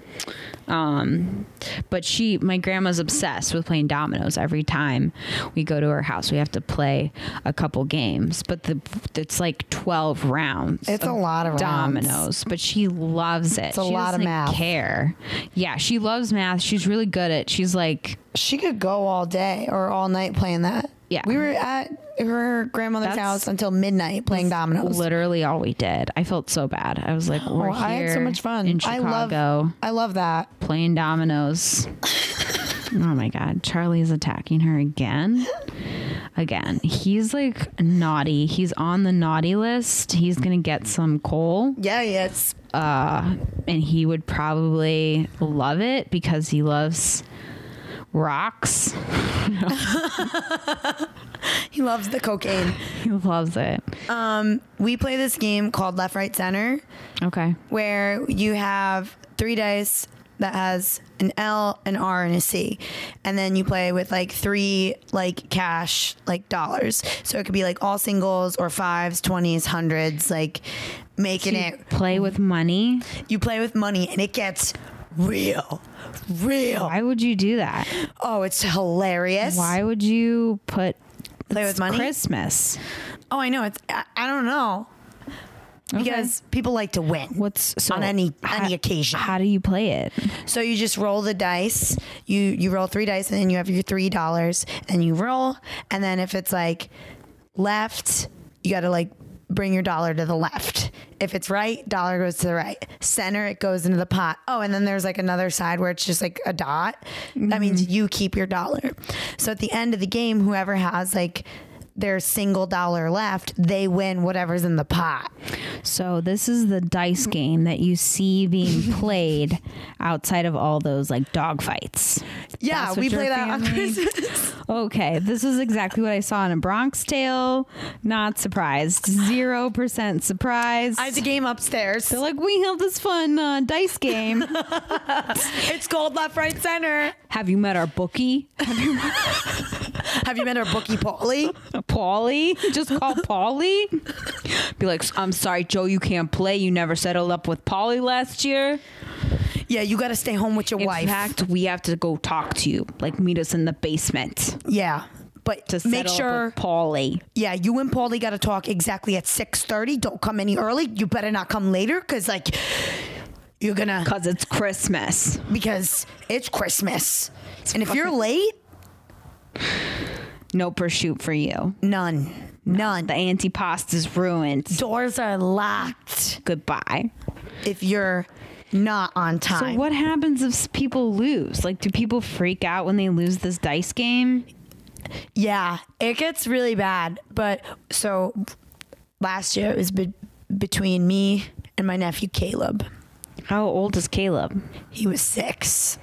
Um, but she, my grandma's obsessed with playing dominoes. Every time we go to her house, we have to play a couple games. But the it's like twelve rounds. It's a lot of rounds. dominoes. But she loves it. It's a lot of math. Care, yeah, she loves math. She's really good at. She's like She could go all day or all night playing that. Yeah. We were at her grandmother's That's- house until midnight playing dominoes. literally all we did. I felt so bad. I was like, Oh, we're here I had so much fun. in I Chicago. love I love that. playing dominoes. Oh my God. Charlie is attacking her again. Again. He's like naughty. He's on the naughty list. He's going to get some coal. Yeah, yeah, it's Uh, and he would probably love it because he loves rocks. he loves the cocaine. He loves it. We play this game called Left, Right, Center, Okay. where you have three dice that has an L, an R, and a C, and then you play with like three like cash like dollars. So it could be like all singles or fives, twenties, hundreds, like making You it. Play with money. You play with money, and it gets real, real. Why would you do that? Oh, it's hilarious. Why would you put Play with it's money? Christmas? Oh, I know. It's I, I don't know Okay. because people like to win. what's so on any ho- any occasion. How do you play it? So you just roll the dice. You you roll three dice, and then you have your three dollars, and you roll. And then if it's like left, you got to like bring your dollar to the left. If it's right, dollar goes to the right. Center, it goes into the pot. Oh, and then there's like another side where it's just like a dot. That means you keep your dollar. So at the end of the game, whoever has like their single dollar left, they win whatever's in the pot. So this is the dice game that you see being played outside of all those like dog fights. Yeah, That's what we your play that on family- Christmas. Okay, this is exactly what I saw in a Bronx Tale. Not surprised. Zero percent surprised. I have the game upstairs. They're like, we have this fun uh, dice game. It's called left, right, center. have you met our bookie, Have you met our bookie Polly? Paulie? Just call Paulie. Be like, I'm sorry, Joe, you can't play. You never settled up with Paulie last year. Yeah, you got to stay home with your In wife. fact, we have to go talk to you. Like, meet us in the basement yeah, but to make settle up sure. with Paulie. Yeah, you and Polly got to talk exactly at six thirty. Don't come any early. You better not come later, cause like you're gonna Cause it's Christmas. because it's Christmas, and if you're late, No pursuit for you. none, none. The antipasta's ruined. Doors are locked Goodbye. if you're not on time. So what happens if s- people lose? Like, do people freak out when they lose this dice game? Yeah, it gets really bad. But so last year it was be- between me and my nephew Caleb. How old is Caleb? He was six.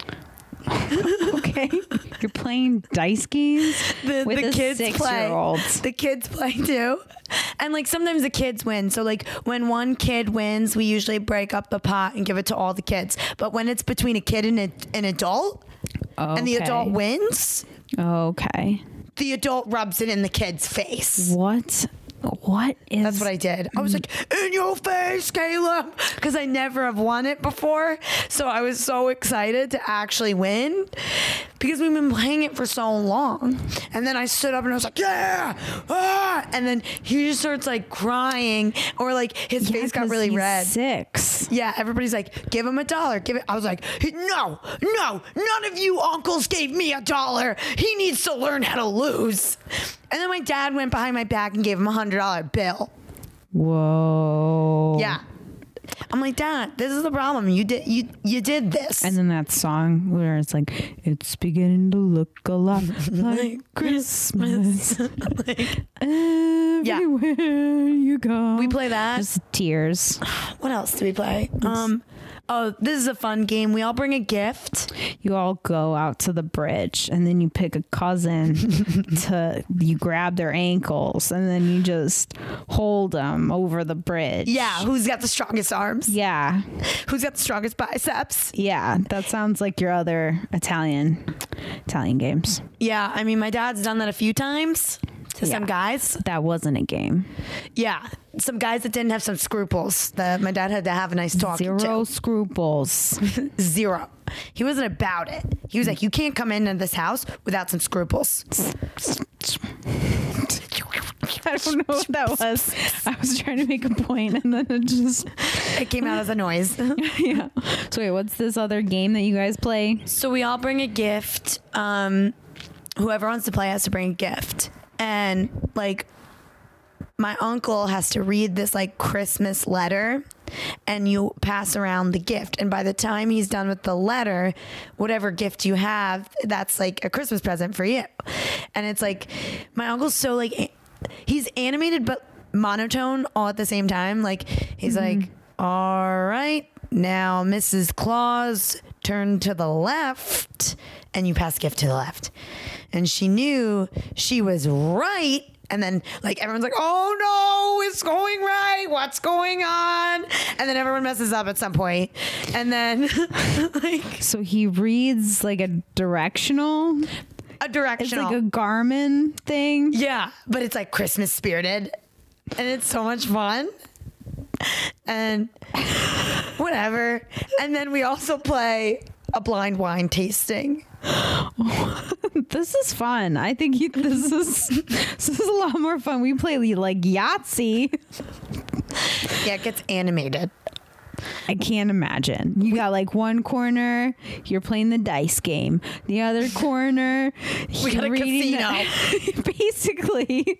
Okay, you're playing dice games The, with the a kids play. six-year-old. The kids play too. And like sometimes the kids win. So like when one kid wins, we usually break up the pot and give it to all the kids. But when it's between a kid and a, an adult, and the Okay. adult wins, Okay, the adult rubs it in the kid's face. what? What is? That's what I did. I was like, in your face, Caleb, because I never have won it before. So I was so excited to actually win because we've been playing it for so long. And then I stood up and I was like, yeah, ah! And then he just starts like crying or like his face got 'cause really he's red. Six. Yeah, everybody's like, give him a dollar. Give it. I was like, no, no, none of you uncles gave me a dollar. He needs to learn how to lose. And then my dad went behind my back and gave him a hundred dollar bill. Whoa. Yeah. I'm like, Dad, this is the problem. You did you you did this. And then that song where it's like, it's beginning to look a lot like Christmas. Everywhere you go. we play that. Just tears. what else do we play? Um oh, this is a fun game. We all bring a gift. You all go out to the bridge and then you pick a cousin to, you grab their ankles and then you just hold them over the bridge. Yeah, who's got the strongest arms? Yeah. Who's got the strongest biceps? Yeah. That sounds like your other Italian, Italian games. Yeah, I mean my dad's done that a few times to some Yeah. guys. That wasn't a game. Yeah. Some guys that didn't have some scruples that my dad had to have a nice talk Zero scruples. to. Zero. He wasn't about it. He was like, You can't come into this house without some scruples. I don't know what that was. I was trying to make a point and then it just It came out as a noise. yeah. So wait, what's this other game that you guys play? So we all bring a gift. Um, whoever wants to play has to bring a gift, and like my uncle has to read this like Christmas letter and you pass around the gift. And by the time he's done with the letter, whatever gift you have, that's like a Christmas present for you. And it's like my uncle's so like a- he's animated but monotone all at the same time. Like he's like, all right, now Mrs. Claus, turn to the left, and you pass gift to the left. And she knew she was right. And then, like, everyone's like, oh no, it's going right. What's going on? And then everyone messes up at some point. And then, like, So he reads like a directional. a It's directional. like a Garmin thing. Yeah, but it's like Christmas spirited, and it's so much fun. And whatever. And then we also play a blind wine tasting. This is fun. I think he, this is this is a lot more fun. We play like Yahtzee. Yeah, it gets animated. I can't imagine. You got like one corner, you're playing the dice game. The other corner, We got you're a reading the- basically,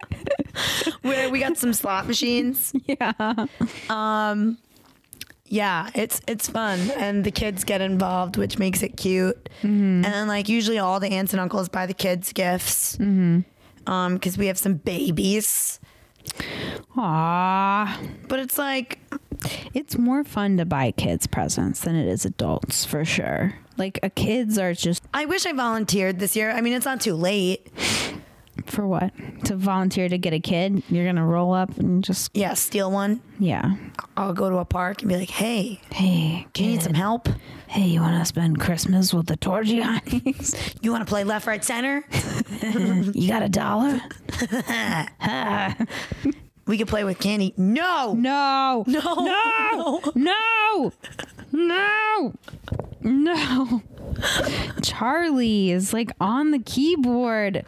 Where we got some slot machines. yeah. Um, yeah, it's it's fun, and the kids get involved, which makes it cute. And then, like usually, all the aunts and uncles buy the kids gifts. Mm-hmm. Um, because we have some babies, Aw, but it's like it's more fun to buy kids presents than it is adults for sure. Like a kids are just I wish I volunteered this year. I mean, it's not too late. for what to volunteer to get a kid. You're gonna roll up and just Yeah, steal one. yeah. I'll go to a park and be like, hey, Hey, do you need some help? Hey, you want to spend Christmas with the Torgianis? You want to play left, right, center? you got a dollar? We could play with candy. No! No. No. No. No. No. No. Charlie is like on the keyboard.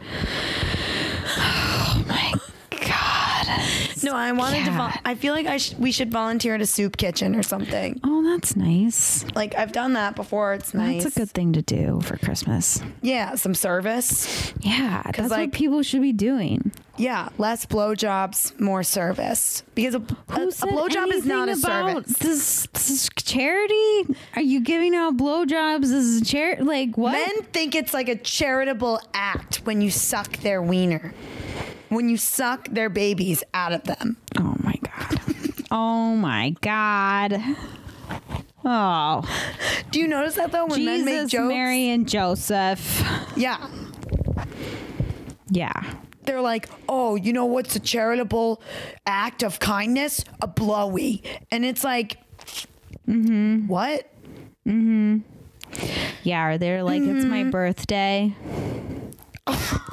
Oh my god. No, I wanted to. Yeah. Vol- I feel like I sh- we should volunteer at a soup kitchen or something. Oh, that's nice. Like I've done that before. It's nice. That's a good thing to do for Christmas. yeah, some service. Yeah, that's like- what people should be doing. Yeah, less blowjobs, more service. Because a, a, a Who said blowjob is not a anything about service. This, this is charity? Are you giving out blowjobs as a charity? Like what? Men think it's like a charitable act when you suck their wiener, when you suck their babies out of them. Oh my god. oh my god. Oh, Do you notice that though when men make Jesus, jokes? Mary, and Joseph. Yeah. Yeah. They're like, oh, you know what's a charitable act of kindness? A blowy. And it's like, Mm-hmm. what? Yeah, or they're like, it's Mm-hmm. my birthday.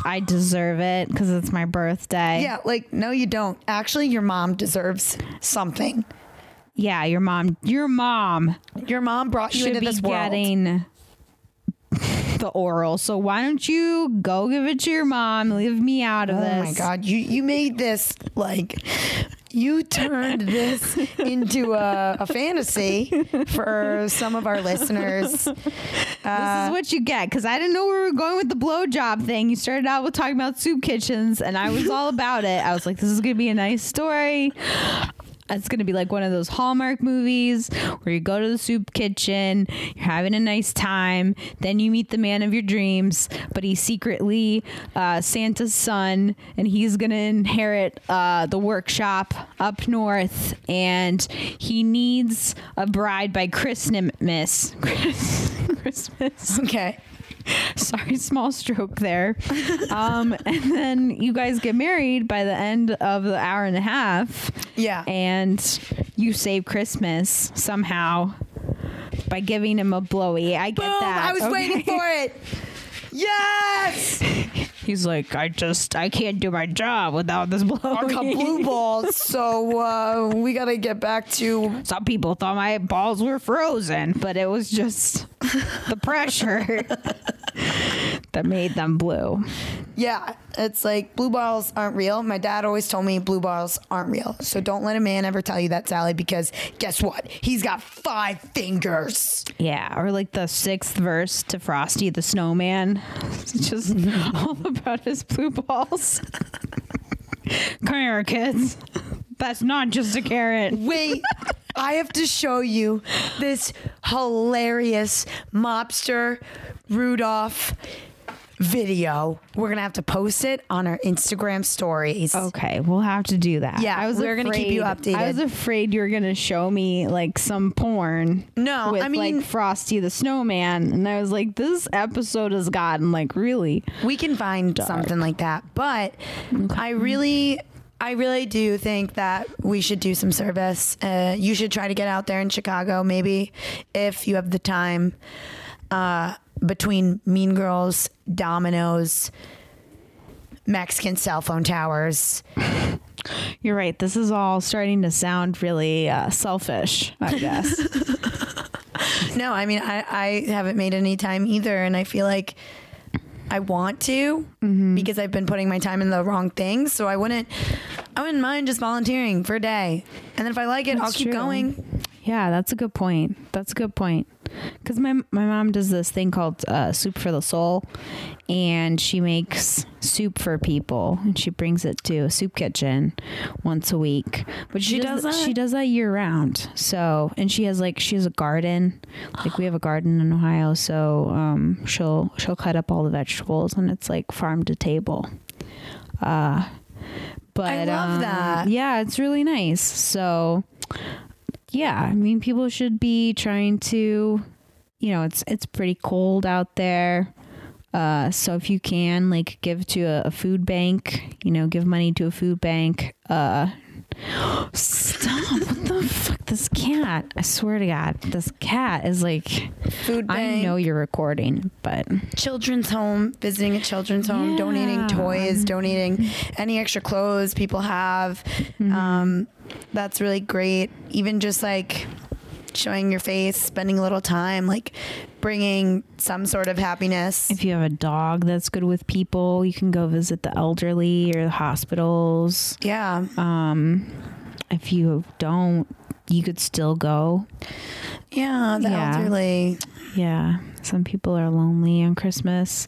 I deserve it because it's my birthday. Yeah, like, no, you don't. Actually, your mom deserves something. Yeah, your mom, your mom Your mom brought you should into be this world. getting the oral. So why don't you go give it to your mom? Leave me out of Oh this. my god, you you made this like you turned this into a, a fantasy for some of our listeners. This is what you get because I didn't know where we were going with the blowjob thing. You started out with talking about soup kitchens, and I was all about it. I was like, this is going to be a nice story. It's going to be like one of those Hallmark movies where you go to the soup kitchen, you're having a nice time, then you meet the man of your dreams, but he's secretly uh, Santa's son, and he's going to inherit uh, the workshop up north, and he needs a bride by Christmas. Christmas Okay. sorry small stroke there um, and then you guys get married by the end of the hour and a half Yeah. and you save christmas somehow by giving him a blowy i get Boom! that I was okay? waiting for it. Yes! he's like i just i can't do my job without this I got blowy blue balls, so uh, we gotta get back to some people thought my balls were frozen but it was just the pressure that made them blue yeah. It's like blue balls aren't real. My dad always told me blue balls aren't real, so don't let a man ever tell you that, Sally. Because guess what? He's got five fingers. Yeah, or like the sixth verse to Frosty the Snowman. It's just all about his blue balls. Come here, kids. That's not just a carrot. Wait, I have to show you this hilarious mobster Rudolph video. We're gonna have to post it on our Instagram stories. Okay, we'll have to do that. Yeah, I was we're gonna keep you afraid- I was updated. afraid you were gonna show me like some porn. No, with, I mean- like Frosty the Snowman, and I was like, this episode has gotten like really. We can find something like that. But I really, I really do think that we should do some service. Uh, you should try to get out there in Chicago, maybe if you have the time. Uh, between Mean Girls, Domino's, Mexican cell phone towers. You're right. This is all starting to sound really uh, selfish. I guess. No, I mean I, I haven't made any time either, and I feel like I want to Mm-hmm. because I've been putting my time in the wrong things. So I wouldn't I wouldn't mind just volunteering for a day, and then if I like it, I'll That's keep true. going. Yeah, that's a good point. That's a good point. Because my my mom does this thing called uh, soup for the soul, and she makes soup for people, and she brings it to a soup kitchen once a week. But she, She does, does that? she does that year round. So and she has like she has a garden, like we have a garden in Ohio. So um, she'll she'll cut up all the vegetables, and it's like farm to table. Uh, but I love um, that. Yeah, it's really nice. So yeah, I mean people should be trying to you know, it's it's pretty cold out there. Uh, so if you can like give to a, a food bank, you know, give money to a food bank. Uh, stop! what the fuck? This cat! I swear to God, this cat is like. Food I bank, know you're recording, but children's home, visiting a children's home, donating Yeah. toys, donating any extra clothes people have. Mm-hmm. Um, that's really great. Even just like showing your face, spending a little time, like bringing some sort of happiness. if you have a dog that's good with people, you can go visit the elderly or the hospitals. Yeah. um if you don't you could still go Yeah, the Yeah. elderly. yeah some people are lonely on christmas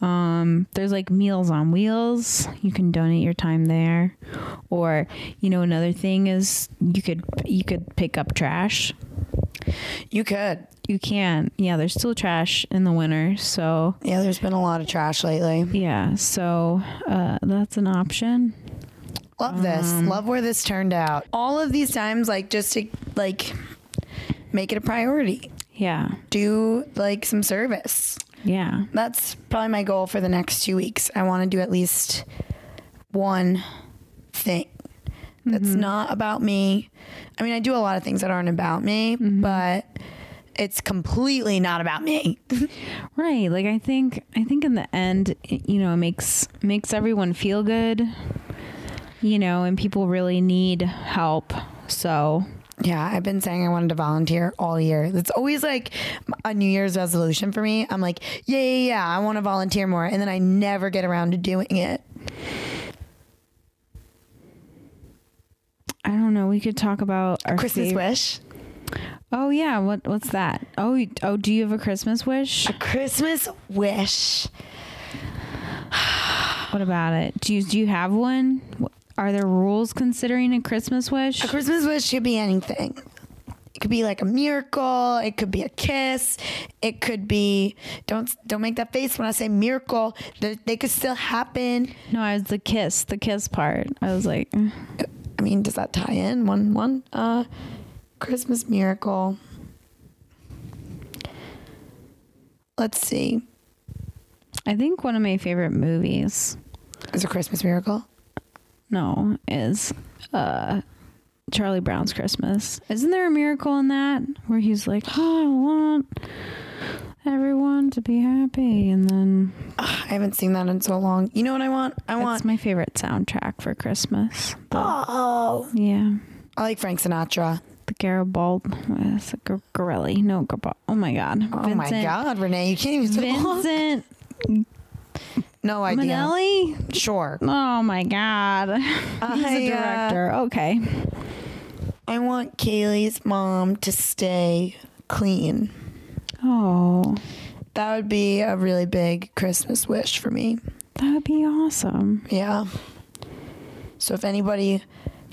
um there's like meals on wheels you can donate your time there or you know another thing is you could you could pick up trash You could. you can yeah there's still trash in the winter so Yeah, there's been a lot of trash lately. yeah so uh that's an option Love this. Love where this turned out. All of these times, like just to like make it a priority. yeah Do like some service. yeah That's probably my goal for the next two weeks. I want to do at least one thing that's not about me. I mean, I do a lot of things that aren't about me, but it's completely not about me. Right. Like I think I think in the end, it- you know, it makes makes everyone feel good. You know, and people really need help. So Yeah, I've been saying I wanted to volunteer all year. It's always like a New Year's resolution for me. I'm like, yeah, yeah, yeah, I want to volunteer more. And then I never get around to doing it. I don't know. We could talk about our Christmas fav- wish. Oh yeah. What what's that? Oh you- oh. Do you have a Christmas wish? Christmas wish. What about it? Do you do you have one? Wh- Are there rules considering a Christmas wish? A Christmas wish could be anything. It could be like a miracle. It could be a kiss. It could be don't don't make that face when I say miracle. They, they could still happen. no, I was the kiss, the kiss part. I was like, eh. I mean, does that tie in one one? Uh, Christmas miracle. Let's see. I think one of my favorite movies Is a Christmas miracle? no is uh Charlie Brown's Christmas. Isn't there a miracle in that where he's like, "Oh, "I want everyone to be happy," and then Ugh, I haven't seen that in so long. You know what I want? I it's want. my favorite soundtrack for Christmas. The- Oh, Yeah, I like Frank Sinatra. the Garibald, it's a Gar- Garelli. No, Garibald. Oh my God. Oh my God, Renee, you can't even. Vincent no idea. Manelli. Sure. Oh my God. He's I, a uh, director. okay. I want Kaylee's mom to stay clean. Oh, That would be a really big Christmas wish for me. that would be awesome. Yeah. So if anybody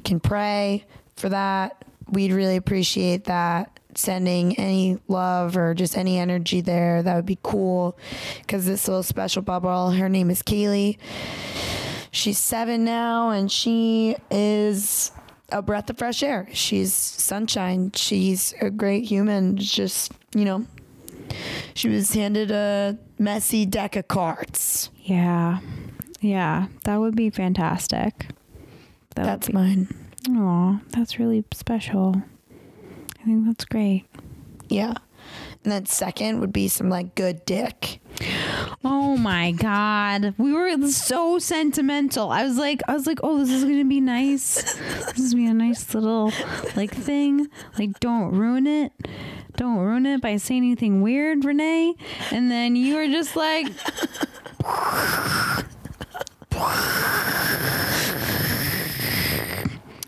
can pray for that, we'd really appreciate that. Sending any love or just any energy there, that would be cool. Because this little special bubble, her name is Kaylee. She's seven now, and she is a breath of fresh air. She's sunshine. She's a great human. Just, you know, she was handed a messy deck of cards. Yeah. Yeah. That would be fantastic. That That's mine. would be, aw, that's really special. I think that's great. Yeah. And then second would be some like good dick. Oh my god. We were so sentimental. I was like I was like, "Oh, this is going to be nice. This is going to be a nice little like thing. Like don't ruin it. Don't ruin it by saying anything weird, Renee." And then you were just like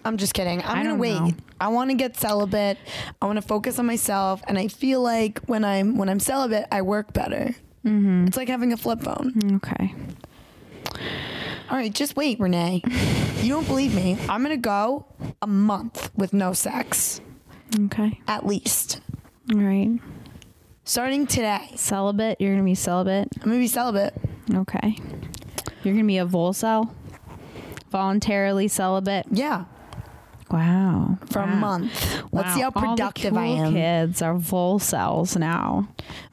I'm just kidding. I'm I gonna don't wait. know. I want to get celibate. I want to focus on myself, and I feel like when I'm when I'm celibate, I work better. Mm-hmm. It's like having a flip phone. Okay. All right, just wait, Renee. you don't believe me? I'm gonna go a month with no sex, Okay. at least, All right. starting today. Celibate, you're going to be celibate. I'm gonna be celibate. Okay. You're going to be a volcel? Voluntarily celibate. Yeah, Wow. for a Wow. month. Let's see Wow. how productive All the I cool am. Kids are volcels now.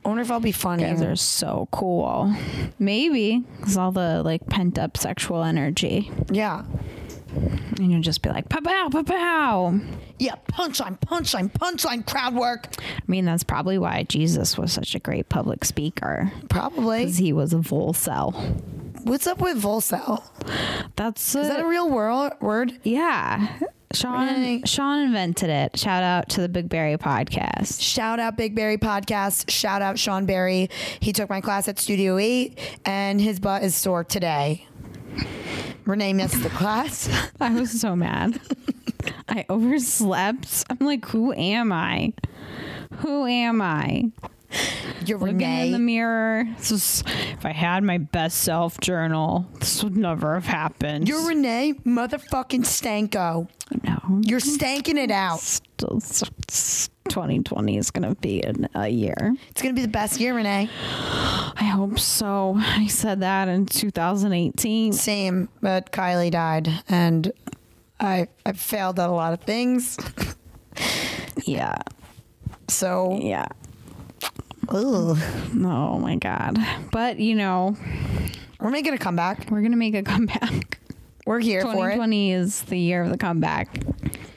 I wonder if I'll be funny. Guys are so cool. Maybe because all the like pent up sexual energy, Yeah, and you'll just be like, pa pow, pa pow. yeah. Punchline, punchline, punchline. Crowd work. I mean, that's probably why Jesus was such a great public speaker Probably. because he was a volcel. What's up with Volcel? That's Is that a real world word? yeah. Sean Right. Sean invented it. Shout out to the Big Berry podcast. Shout out Big Barry Podcast. Shout out Sean Barry. He took my class at Studio 8 and his butt is sore today. Renee missed the class. I was so mad. I overslept. I'm like, who am I? Who am I? You're Looking Renee. in the mirror. This is, if I had my best self journal, this would never have happened. You're Renee motherfucking Stanko. no. You're stanking it out. Still, s- s- 2020 is going to be in a year. It's going to be the best year, Renee. I hope so. I said that in 2018. Same, but Kylie died and I I failed at a lot of things. Yeah. So, Yeah. ugh. Oh my God. But, you know, we're making a comeback. we're going to make a comeback. We're here for it. 2020 is the year of the comeback.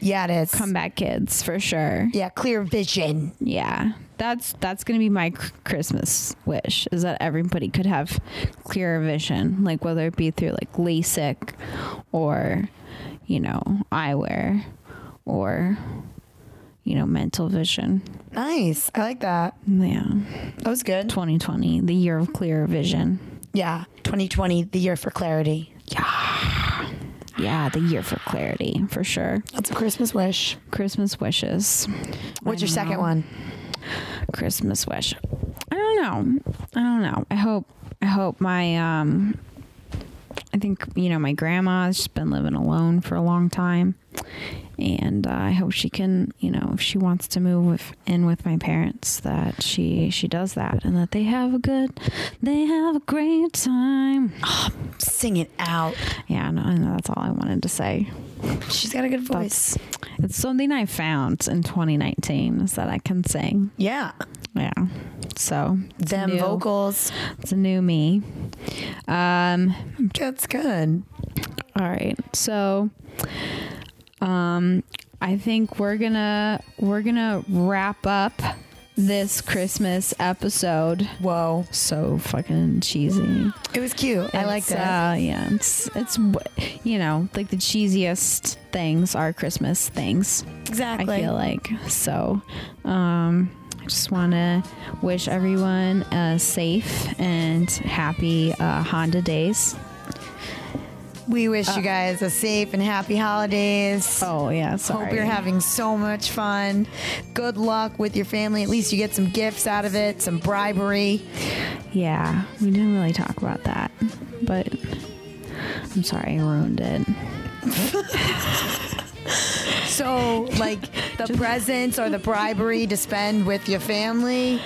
Yeah, it is. Comeback kids, for sure. yeah, clear vision. Yeah, that's that's gonna be my cr- Christmas wish is that everybody could have clearer vision, like whether it be through like LASIK or you know eyewear or you know mental vision. Nice. I like that. Yeah, That was good. 2020, the year of clearer vision. Yeah, 2020, the year for clarity. Yeah, the year for clarity for sure. That's a Christmas wish. Christmas wishes. What's your I don't second know. one? Christmas wish. I don't know. I don't know. I hope I hope my um I think you know my grandma's just been living alone for a long time. And uh, I hope she can, you know, if she wants to move with, in with my parents, that she she does that, and that they have a good, they have a great time. Sing it out. Yeah, no, I know that's all I wanted to say. She's got a good voice. It's something I found in 2019 is that I can sing. yeah. Yeah, so it's a Them new- vocals. It's a new me. Um, That's good. all right. So um I think we're gonna we're gonna wrap up this Christmas episode. Whoa. So fucking cheesy. It was cute. I like It's, that. Uh, yeah, it's it's you know like the cheesiest things are Christmas things. exactly. I feel like. So, um, I just want to wish everyone a safe and happy uh, Honda days. we wish you guys a safe and happy holidays. Oh, yeah. Sorry. Hope you're having so much fun. Good luck with your family. At least you get some gifts out of it, some bribery. yeah. We didn't really talk about that, but I'm sorry I ruined it. So, like the presents or the bribery to spend with your family,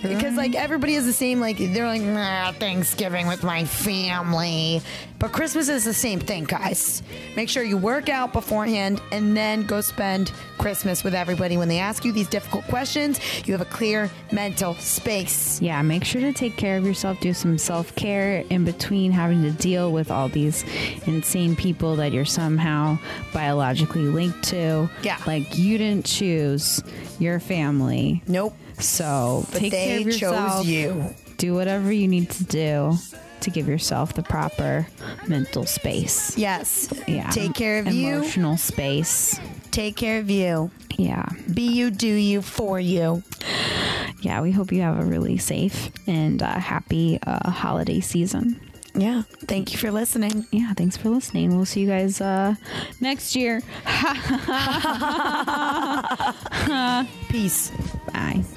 because like everybody is the same. Like they're like "Nah, Thanksgiving with my family, but Christmas is the same thing, guys. Make sure you work out beforehand and then go spend Christmas with everybody. When they ask you these difficult questions, you have a clear mental space. Yeah, make sure to take care of yourself. Do some self care in between having to deal with all these insane people that you're somehow biologically linked to. Yeah. Like you didn't choose your family. Nope. So But take care they of yourself. chose you. Do whatever you need to do to give yourself the proper mental space. Yes. Yeah. Take care of you. Emotional space. Take care of you. Yeah. Be you, do you, for you. Yeah. We hope you have a really safe and uh, happy uh, holiday season. Yeah. Thank you for listening. yeah, thanks for listening. We'll see you guys uh, next year. Peace. Bye.